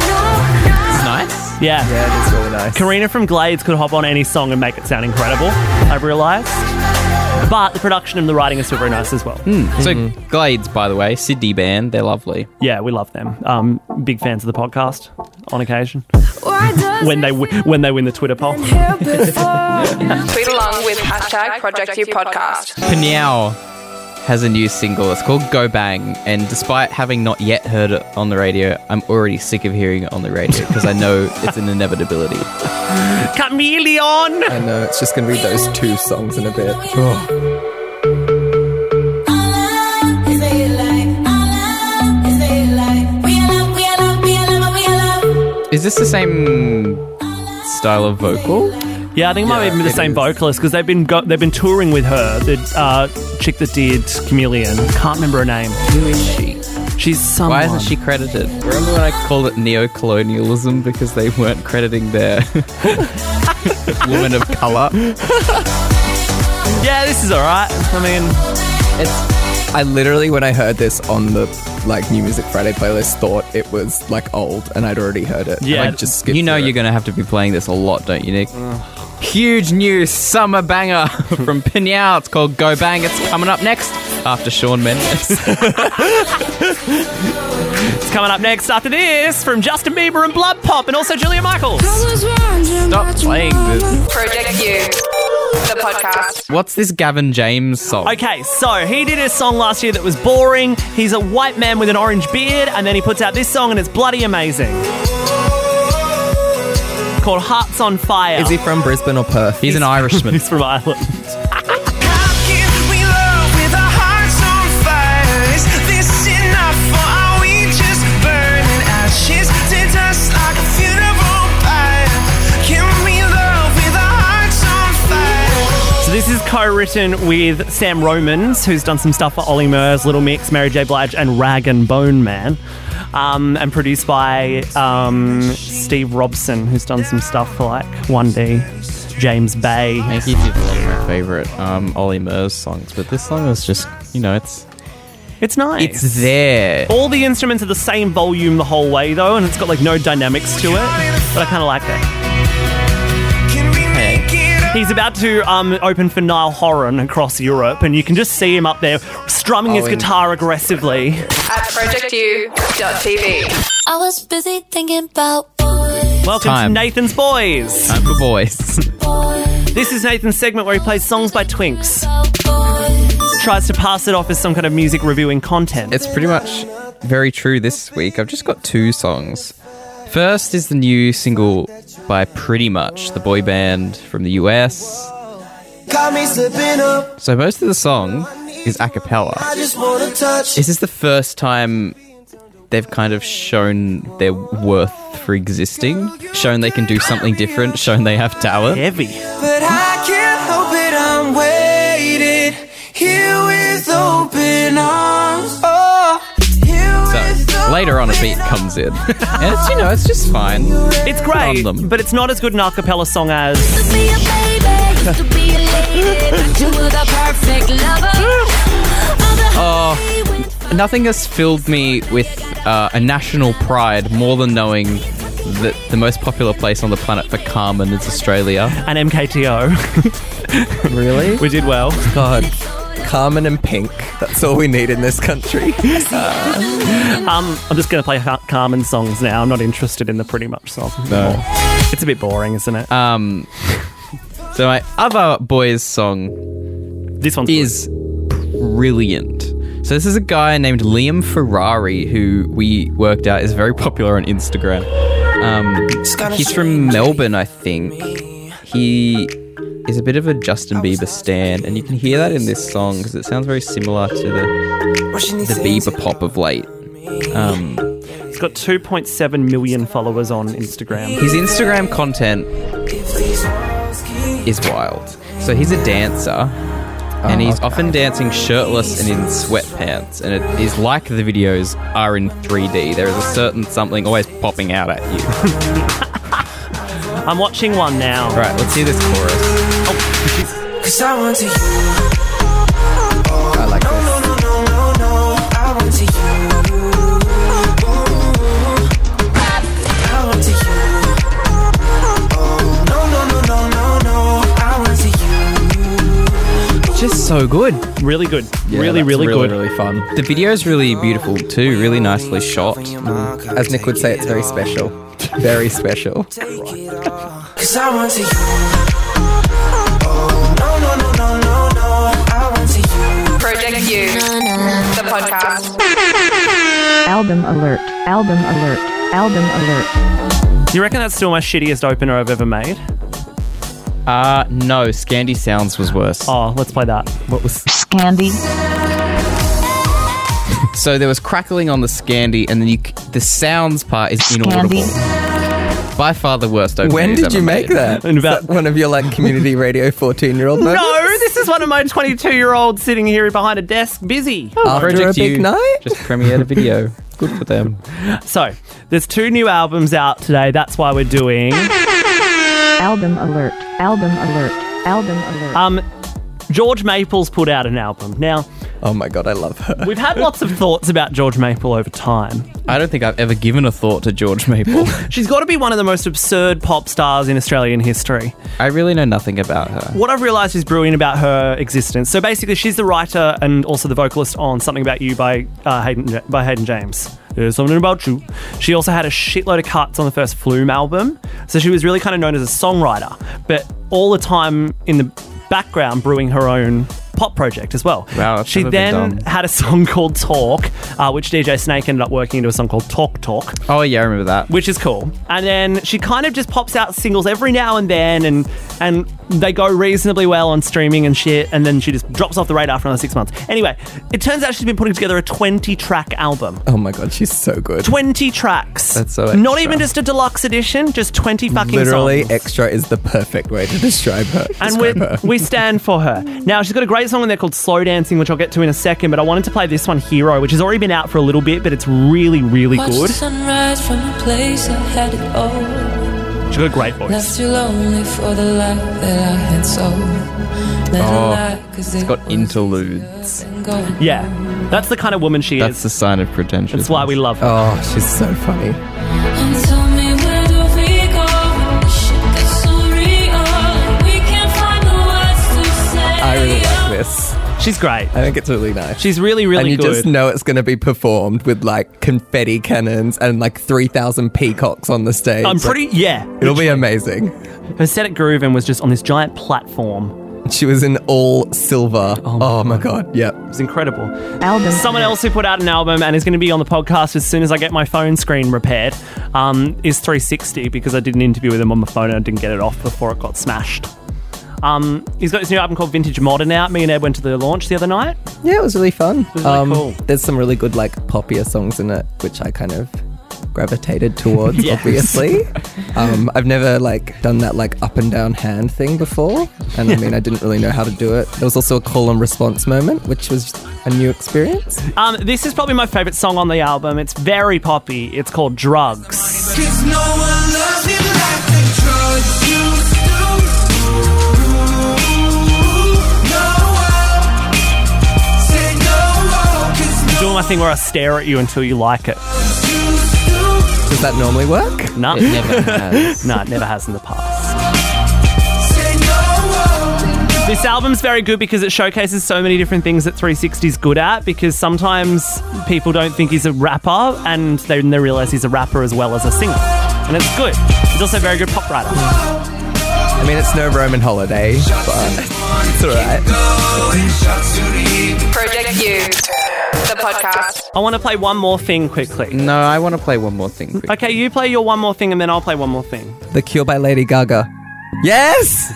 [SPEAKER 8] know.
[SPEAKER 1] nice.
[SPEAKER 4] Yeah.
[SPEAKER 5] Yeah, it is really nice.
[SPEAKER 4] Karina from Glades could hop on any song and make it sound incredible, I've realised. But the production and the writing is still very nice as well.
[SPEAKER 1] So Glades, by the way, Sydney band, they're lovely.
[SPEAKER 4] Yeah, we love them. Um, big fans of the podcast on occasion
[SPEAKER 8] Why does
[SPEAKER 4] when they
[SPEAKER 8] it
[SPEAKER 4] w- when they win the Twitter poll.
[SPEAKER 8] here before?
[SPEAKER 2] Tweet along with hashtag Project U podcast.
[SPEAKER 1] Pinyao has a new single. It's called Go Bang, and despite having not yet heard it on the radio, I'm already sick of hearing it on the radio because I know it's an inevitability.
[SPEAKER 4] Chameleon!
[SPEAKER 5] I know, it's just going to be those two songs in a bit.
[SPEAKER 1] Oh, Is this the same style of vocal?
[SPEAKER 4] Yeah, I think it might
[SPEAKER 5] Yeah,
[SPEAKER 4] be the
[SPEAKER 5] it
[SPEAKER 4] same
[SPEAKER 5] is.
[SPEAKER 4] vocalist because they've been go- they've been touring with her. The uh, chick that did Chameleon, can't remember her name.
[SPEAKER 1] Who is she?
[SPEAKER 4] She's someone.
[SPEAKER 1] Why isn't she credited? Remember when I called it neo-colonialism because they weren't crediting their woman of color?
[SPEAKER 4] Yeah, this is all right. I mean,
[SPEAKER 5] It's, I literally, when I heard this on the like New Music Friday playlist, thought it was like old, and I'd already heard it.
[SPEAKER 4] Yeah.
[SPEAKER 5] and I just skipped.
[SPEAKER 1] You know
[SPEAKER 5] through
[SPEAKER 1] you're
[SPEAKER 5] it.
[SPEAKER 1] going to have to be playing this a lot, don't you, Nick? Huge new summer banger from Pinyao. It's called Go Bang. It's coming up next after Sean Mendes.
[SPEAKER 4] it's coming up next after this from Justin Bieber and Blood Pop, and also Julia Michaels.
[SPEAKER 1] Stop playing this.
[SPEAKER 2] Project U, the podcast.
[SPEAKER 1] What's this Gavin James song?
[SPEAKER 4] Okay, so he did a song last year that was boring. He's a white man with an orange beard, and then he puts out this song, and it's bloody amazing. Called Hearts on Fire.
[SPEAKER 5] Is he from Brisbane or Perth?
[SPEAKER 1] He's an Irishman.
[SPEAKER 4] He's from Ireland. So this is co-written with Sam Romans, who's done some stuff for Ollie Murs, Little Mix, Mary J. Blige, and Rag and Bone Man, um, and produced by um, Steve Robson, who's done some stuff for like One D, James Bay.
[SPEAKER 1] I think he did a lot of my favourite um, Ollie Murs songs, but this song is just, you know, it's
[SPEAKER 4] It's nice.
[SPEAKER 1] it's there.
[SPEAKER 4] All the instruments are the same volume the whole way though, and it's got like no dynamics to it. But I kind of like that. He's about to um, open for Niall Horan across Europe, and you can just see him up there strumming
[SPEAKER 1] Oh,
[SPEAKER 4] his
[SPEAKER 5] Owen.
[SPEAKER 4] guitar aggressively.
[SPEAKER 2] At projectu.tv.
[SPEAKER 10] I was busy thinking about
[SPEAKER 4] Welcome
[SPEAKER 1] Time.
[SPEAKER 4] to Nathan's Boys.
[SPEAKER 1] Time for boys.
[SPEAKER 4] This is Nathan's segment where he plays songs by Twinks,
[SPEAKER 10] boys.
[SPEAKER 4] tries to pass it off as some kind of music reviewing content.
[SPEAKER 1] It's pretty much very true this week. I've just got two songs. First is the new single by Pretty Much, the boy band from the US.
[SPEAKER 7] Got me slipping up.
[SPEAKER 1] So most of the song is a cappella.
[SPEAKER 7] I just wanna touch.
[SPEAKER 1] Is this the first time they've kind of shown their worth for existing? Shown they can do something different? Shown they have talent?
[SPEAKER 4] Heavy.
[SPEAKER 7] But I can't help it, I'm waiting here with open arms. Oh, here with
[SPEAKER 1] So later on, a beat comes in, and it's, you know it's just fine.
[SPEAKER 4] It's
[SPEAKER 1] on
[SPEAKER 4] great,
[SPEAKER 1] them.
[SPEAKER 4] but it's not as good an a cappella song as
[SPEAKER 8] Used to be a baby, used to be a lady, but you were the perfect lover. All the
[SPEAKER 1] Oh, nothing has filled me with uh, a national pride more than knowing that the most popular place on the planet for Carmen is Australia.
[SPEAKER 4] an MKTO.
[SPEAKER 5] Really?
[SPEAKER 4] we did well.
[SPEAKER 5] God. Carmen and Pink. That's all we need in this country.
[SPEAKER 4] Um, I'm just going to play Car- Carmen songs now. I'm not interested in the pretty much song. No. It's a bit boring, isn't it?
[SPEAKER 1] Um, so my other boys' song
[SPEAKER 4] this one's
[SPEAKER 1] is brilliant. So this is a guy named Liam Ferrari who we worked out is very popular on Instagram. Um, he's from Melbourne, I think. He is a bit of a Justin Bieber stan, and you can hear that in this song because it sounds very similar to the, the Bieber pop of late. Um,
[SPEAKER 4] good. It's got 2.7 million followers on Instagram.
[SPEAKER 1] his Instagram content is wild. So he's a dancer, and he's often dancing shirtless and in sweatpants, and it is like the videos are in 3D. There is a certain something always popping out at you.
[SPEAKER 4] I'm watching one now.
[SPEAKER 1] All right, let's hear this chorus.
[SPEAKER 7] Cause I want to you.
[SPEAKER 5] I like
[SPEAKER 7] No,
[SPEAKER 5] this.
[SPEAKER 7] no, no, no, no, no. I want to you. I want to you. No, no, no, no, no, no. I want to you.
[SPEAKER 1] Just so good.
[SPEAKER 4] Really good.
[SPEAKER 5] Yeah,
[SPEAKER 4] really,
[SPEAKER 5] that's
[SPEAKER 4] really, good.
[SPEAKER 5] Really fun.
[SPEAKER 1] The video is really beautiful too, really nicely shot.
[SPEAKER 5] As Nick would say, it's very special. Very special.
[SPEAKER 7] Cause I want to you. No, no, no, no, no, no. I want to you.
[SPEAKER 2] Project U, the podcast.
[SPEAKER 11] Album alert. Album alert. Album alert.
[SPEAKER 4] You reckon that's still my shittiest opener I've ever made?
[SPEAKER 1] Uh, no, Scandi Sounds was worse.
[SPEAKER 4] Oh, let's play that.
[SPEAKER 5] What was
[SPEAKER 11] Scandy.
[SPEAKER 1] So there was crackling on the Scandi, and then you, c- the sounds part is inaudible. By far the worst. opening
[SPEAKER 5] When
[SPEAKER 1] he's
[SPEAKER 5] did you
[SPEAKER 1] ever
[SPEAKER 5] make
[SPEAKER 1] made.
[SPEAKER 5] that?
[SPEAKER 4] In
[SPEAKER 5] Is
[SPEAKER 4] about-
[SPEAKER 5] that one of your like community radio 14 year old moments?
[SPEAKER 4] No, this is one of my 22 year olds sitting here behind a desk, busy.
[SPEAKER 5] After
[SPEAKER 1] Project
[SPEAKER 5] a big
[SPEAKER 1] U
[SPEAKER 5] night?
[SPEAKER 1] just premiered a video. Good for them.
[SPEAKER 4] So, there's two new albums out today. That's why we're doing.
[SPEAKER 11] Album alert. Album alert. Album alert.
[SPEAKER 4] Um, George Maples put out an album. Now,
[SPEAKER 5] Oh my god, I love her.
[SPEAKER 4] we've had lots of thoughts about George Maple over time.
[SPEAKER 1] I don't think I've ever given a thought to George Maple.
[SPEAKER 4] She's got to be one of the most absurd pop stars in Australian history.
[SPEAKER 1] I really know nothing about her.
[SPEAKER 4] What I've realised is brilliant about her existence. So basically, she's the writer and also the vocalist on "Something About You" by uh, Hayden by Hayden James. There's something about you. She also had a shitload of cuts on the first Flume album, so she was really kind of known as a songwriter, but all the time in the background brewing her own pop project as well.
[SPEAKER 1] Wow, that's
[SPEAKER 4] she
[SPEAKER 1] never been
[SPEAKER 4] then
[SPEAKER 1] done.
[SPEAKER 4] had a song called Talk, uh, which DJ Snake ended up working into a song called Talk Talk
[SPEAKER 1] Oh yeah, I remember that.
[SPEAKER 4] which is cool. And then she kind of just pops out singles every now and then, and and they go reasonably well on streaming and shit. And then she just drops off the radar for another six months. Anyway, it turns out she's been putting together a twenty-track album.
[SPEAKER 5] Oh my god, she's so good.
[SPEAKER 4] 20 tracks.
[SPEAKER 5] That's so
[SPEAKER 4] Not
[SPEAKER 5] extra.
[SPEAKER 4] even just a deluxe edition, just 20 fucking
[SPEAKER 5] Literally,
[SPEAKER 4] songs.
[SPEAKER 5] extra is the perfect way to describe her.
[SPEAKER 4] and
[SPEAKER 5] Describe
[SPEAKER 4] we,
[SPEAKER 5] her.
[SPEAKER 4] we stand for her. Now, she's got a great song in there called Slow Dancing, which I'll get to in a second, but I wanted to play this one, Hero, which has already been out for a little bit, but it's really, really
[SPEAKER 10] Watch
[SPEAKER 4] good.
[SPEAKER 10] the sunrise from a place I had it all.
[SPEAKER 4] She's got a great voice.
[SPEAKER 10] Left you lonely for the life that I had sold.
[SPEAKER 1] Oh,
[SPEAKER 10] it's
[SPEAKER 1] got interludes.
[SPEAKER 4] Yeah. That's the kind of woman she
[SPEAKER 1] That's
[SPEAKER 4] is.
[SPEAKER 1] the sign of pretension.
[SPEAKER 4] That's why we love her.
[SPEAKER 5] Oh, she's so funny.
[SPEAKER 10] And tell me where do we go? Shit gets so
[SPEAKER 8] oh,
[SPEAKER 10] real. We can't find the words to say.
[SPEAKER 5] I really like this.
[SPEAKER 4] She's great.
[SPEAKER 5] I think it's really nice.
[SPEAKER 4] She's really, really
[SPEAKER 5] and you
[SPEAKER 4] good.
[SPEAKER 5] just know it's going to be performed with like confetti cannons and like 3,000 peacocks on the stage.
[SPEAKER 4] I'm
[SPEAKER 5] Like,
[SPEAKER 4] pretty, yeah.
[SPEAKER 5] it'll be amazing.
[SPEAKER 4] Her set at Groovin was just on this giant platform.
[SPEAKER 5] She was in all silver. Oh my, god. Yep.
[SPEAKER 4] It was incredible.
[SPEAKER 11] Album.
[SPEAKER 4] Someone
[SPEAKER 11] alert.
[SPEAKER 4] else who put out an album and is going to be on the podcast as soon as I get my phone screen repaired um, is 360 because I did an interview with him on my phone and I didn't get it off before it got smashed. Um, he's got this new album called Vintage Modern out. Me and Ed went to the launch the other night.
[SPEAKER 5] Yeah, it was really fun. Um,
[SPEAKER 4] was really cool.
[SPEAKER 5] There's some really good like poppier songs in it, which I kind of gravitated towards.
[SPEAKER 4] Yes.
[SPEAKER 5] Obviously, um, I've never like done that like up and down hand thing before, and I mean I didn't really know how to do it. There was also a call and response moment, which was a new experience.
[SPEAKER 4] Um, this is probably my favorite song on the album. It's very poppy. It's called Drugs.
[SPEAKER 7] Cause no one loves you like the drugs you do. No one. Say no one. Cause
[SPEAKER 4] I'm doing my thing where I stare at you until you like it.
[SPEAKER 5] Does that normally work?
[SPEAKER 4] No,
[SPEAKER 5] It never has.
[SPEAKER 4] no, it never has in the past.
[SPEAKER 7] say no one.
[SPEAKER 4] This album's very good because it showcases so many different things that 360's good at. Because sometimes people don't think he's a rapper, and then they realize he's a rapper as well as a singer, and it's good. He's also a very good pop writer.
[SPEAKER 5] I mean, it's no Roman holiday, but it's alright.
[SPEAKER 2] Project U, the podcast.
[SPEAKER 4] I want to play one more thing quickly.
[SPEAKER 1] No, I want to play one more thing. quick.
[SPEAKER 4] Okay, you play your one more thing, and then I'll play one more thing.
[SPEAKER 5] The Cure by Lady Gaga. Yes!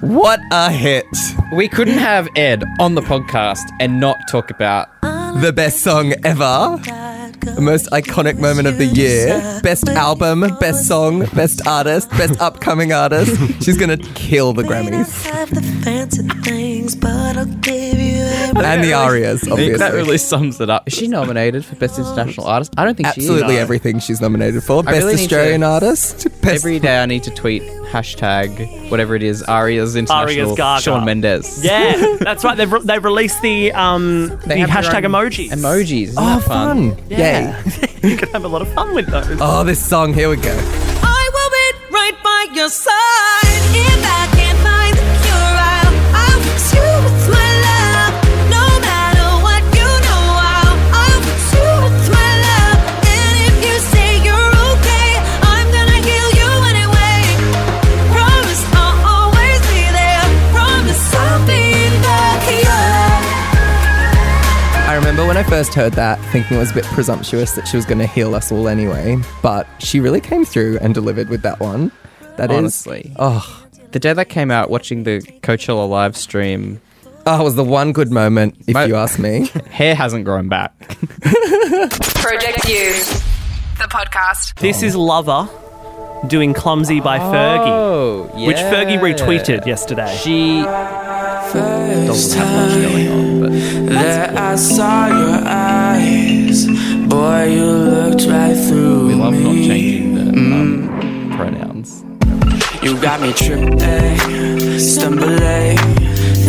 [SPEAKER 5] What a hit!
[SPEAKER 1] We couldn't have Ed on the podcast and not talk about.
[SPEAKER 5] The best song ever. The most iconic moment of the year. Best album, best song, best artist, best upcoming artist. She's gonna kill the Grammys.
[SPEAKER 12] have the fancy things, but I'll give you every
[SPEAKER 5] And the Arias,
[SPEAKER 1] I think that
[SPEAKER 5] obviously.
[SPEAKER 1] really sums it up. Is she nominated for Best International Artist? I don't think she
[SPEAKER 5] Absolutely
[SPEAKER 1] is.
[SPEAKER 5] everything she's nominated for.
[SPEAKER 1] I
[SPEAKER 5] Best
[SPEAKER 1] really need
[SPEAKER 5] Australian
[SPEAKER 1] to-
[SPEAKER 5] artist. Best
[SPEAKER 1] Every day I need to tweet hashtag whatever it is Aria's International
[SPEAKER 4] Aria's Gaga.
[SPEAKER 1] Sean Mendes.
[SPEAKER 4] Yeah, that's right. They've, re- they've released the um
[SPEAKER 1] They
[SPEAKER 4] the
[SPEAKER 1] have their
[SPEAKER 4] hashtag
[SPEAKER 1] own
[SPEAKER 4] emojis.
[SPEAKER 1] Emojis. Isn't
[SPEAKER 5] Oh,
[SPEAKER 1] that fun?
[SPEAKER 5] fun.
[SPEAKER 4] Yeah.
[SPEAKER 5] Yay.
[SPEAKER 4] you can have a lot of fun with those.
[SPEAKER 5] Oh, this song. Here we go.
[SPEAKER 12] I will be right by your side. If I can't find the cure, I'll, I'll fix you with my love. No matter what you know, I'll, I'll fix you with my love. And if you say you're okay, I'm gonna heal you anyway. Promise I'll always be there. Promise I'll be the cure.
[SPEAKER 5] I remember when I first heard that, thinking it was a bit presumptuous that she was going to heal us all anyway, but she really came through and delivered with that one. That is,
[SPEAKER 1] Honestly.
[SPEAKER 5] oh,
[SPEAKER 1] The day that came out, watching the Coachella live stream,
[SPEAKER 5] oh, it was the one good moment, if
[SPEAKER 1] My-
[SPEAKER 5] you ask me.
[SPEAKER 1] hair hasn't grown back.
[SPEAKER 2] Project U, the podcast.
[SPEAKER 4] This is Lover doing Clumsy by Fergie,
[SPEAKER 1] Oh, yeah.
[SPEAKER 4] which Fergie retweeted yesterday.
[SPEAKER 1] She doesn't have much going on, but
[SPEAKER 7] That I saw your eyes. Boy, you looked right through
[SPEAKER 1] we love
[SPEAKER 7] me.
[SPEAKER 1] not changing the um,
[SPEAKER 4] Mm.
[SPEAKER 1] pronouns.
[SPEAKER 7] You got me tripped, eh? Stumble, eh?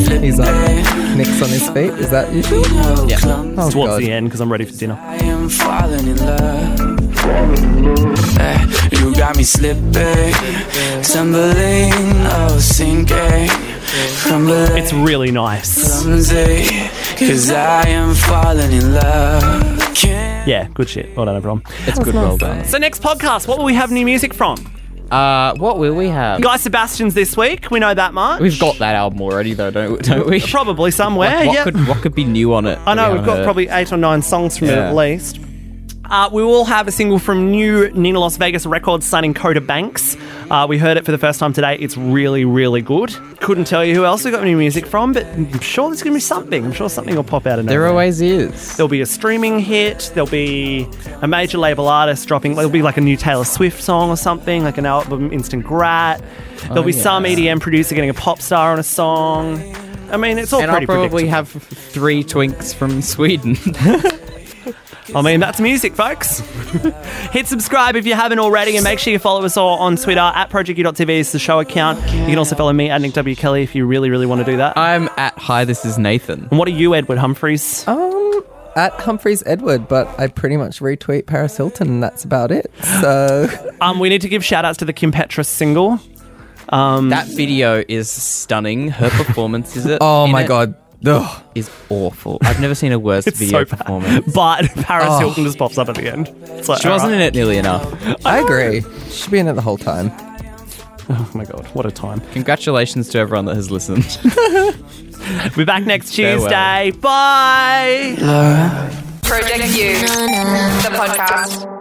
[SPEAKER 7] Flip,
[SPEAKER 5] He's up.
[SPEAKER 7] eh?
[SPEAKER 5] Nick's on his feet. Is that you?
[SPEAKER 7] Oh, clumsy.
[SPEAKER 5] Oh,
[SPEAKER 4] Towards
[SPEAKER 5] God.
[SPEAKER 4] the end, because I'm ready for dinner.
[SPEAKER 7] I am falling in love. Eh, you got me slipping, tumbling, oh sinking, crumbling.
[SPEAKER 4] It's really nice.
[SPEAKER 7] clumsy, cause I am falling in love. Can't
[SPEAKER 4] Yeah, good shit. Well done, everyone.
[SPEAKER 1] It's good, well done.
[SPEAKER 4] So next podcast, what will we have new music from?
[SPEAKER 1] Uh, what will we have?
[SPEAKER 4] Guy Sebastian's this week. We know that much.
[SPEAKER 1] We've got that album already, though, don't, don't we?
[SPEAKER 4] probably somewhere.
[SPEAKER 1] Like, what,
[SPEAKER 4] yeah.
[SPEAKER 1] could, what could be new on it?
[SPEAKER 4] I know
[SPEAKER 1] that we
[SPEAKER 4] we've got
[SPEAKER 1] haven't heard?
[SPEAKER 4] probably eight or nine songs from it
[SPEAKER 1] Yeah.
[SPEAKER 4] at least. Uh, we will have a single from new Nina Las Vegas Records signing Coda Banks. Uh, we heard it for the first time today. It's really, really good. Couldn't tell you who else we got new music from, but I'm sure there's going to be something. I'm sure something will pop out of nowhere.
[SPEAKER 1] There always is.
[SPEAKER 4] There'll be a streaming hit. There'll be a major label artist dropping. There'll be like a new Taylor Swift song or something, like an album, Instant Grat. There'll be some
[SPEAKER 1] yes.
[SPEAKER 4] EDM producer getting a pop star on a song. I mean, it's all
[SPEAKER 1] And I'll
[SPEAKER 4] pretty
[SPEAKER 1] probably
[SPEAKER 4] predictable.
[SPEAKER 1] have three twinks from Sweden.
[SPEAKER 4] I mean, that's music, folks. Hit subscribe if you haven't already, and make sure you follow us all on Twitter at ProjectU.tv is the show account. You can also follow me at Nick W. Kelly if you really, really want to do that.
[SPEAKER 1] I'm at Hi, this is Nathan.
[SPEAKER 4] And what are you, Edward Humphreys?
[SPEAKER 5] Um, at Humphreys Edward, but I pretty much retweet Paris Hilton, and that's about it. So,
[SPEAKER 4] Um, we need to give shout outs to the Kim Petras single. Um,
[SPEAKER 1] That video is stunning. Her performance is it?
[SPEAKER 5] oh
[SPEAKER 1] in
[SPEAKER 5] my
[SPEAKER 1] it
[SPEAKER 5] God. Ugh.
[SPEAKER 1] is awful. I've never seen a worse video
[SPEAKER 4] so bad.
[SPEAKER 1] performance.
[SPEAKER 4] but Paris Hilton just pops up at the end. It's like,
[SPEAKER 1] Oh.
[SPEAKER 4] "Oh,
[SPEAKER 1] She wasn't in
[SPEAKER 4] alright.
[SPEAKER 1] it nearly enough.
[SPEAKER 5] I agree. She's been in it the whole time.
[SPEAKER 4] Oh my god, what a time.
[SPEAKER 1] Congratulations to everyone that has listened.
[SPEAKER 4] We're back next
[SPEAKER 1] Farewell.
[SPEAKER 4] Tuesday. Bye.
[SPEAKER 2] Project U, the podcast.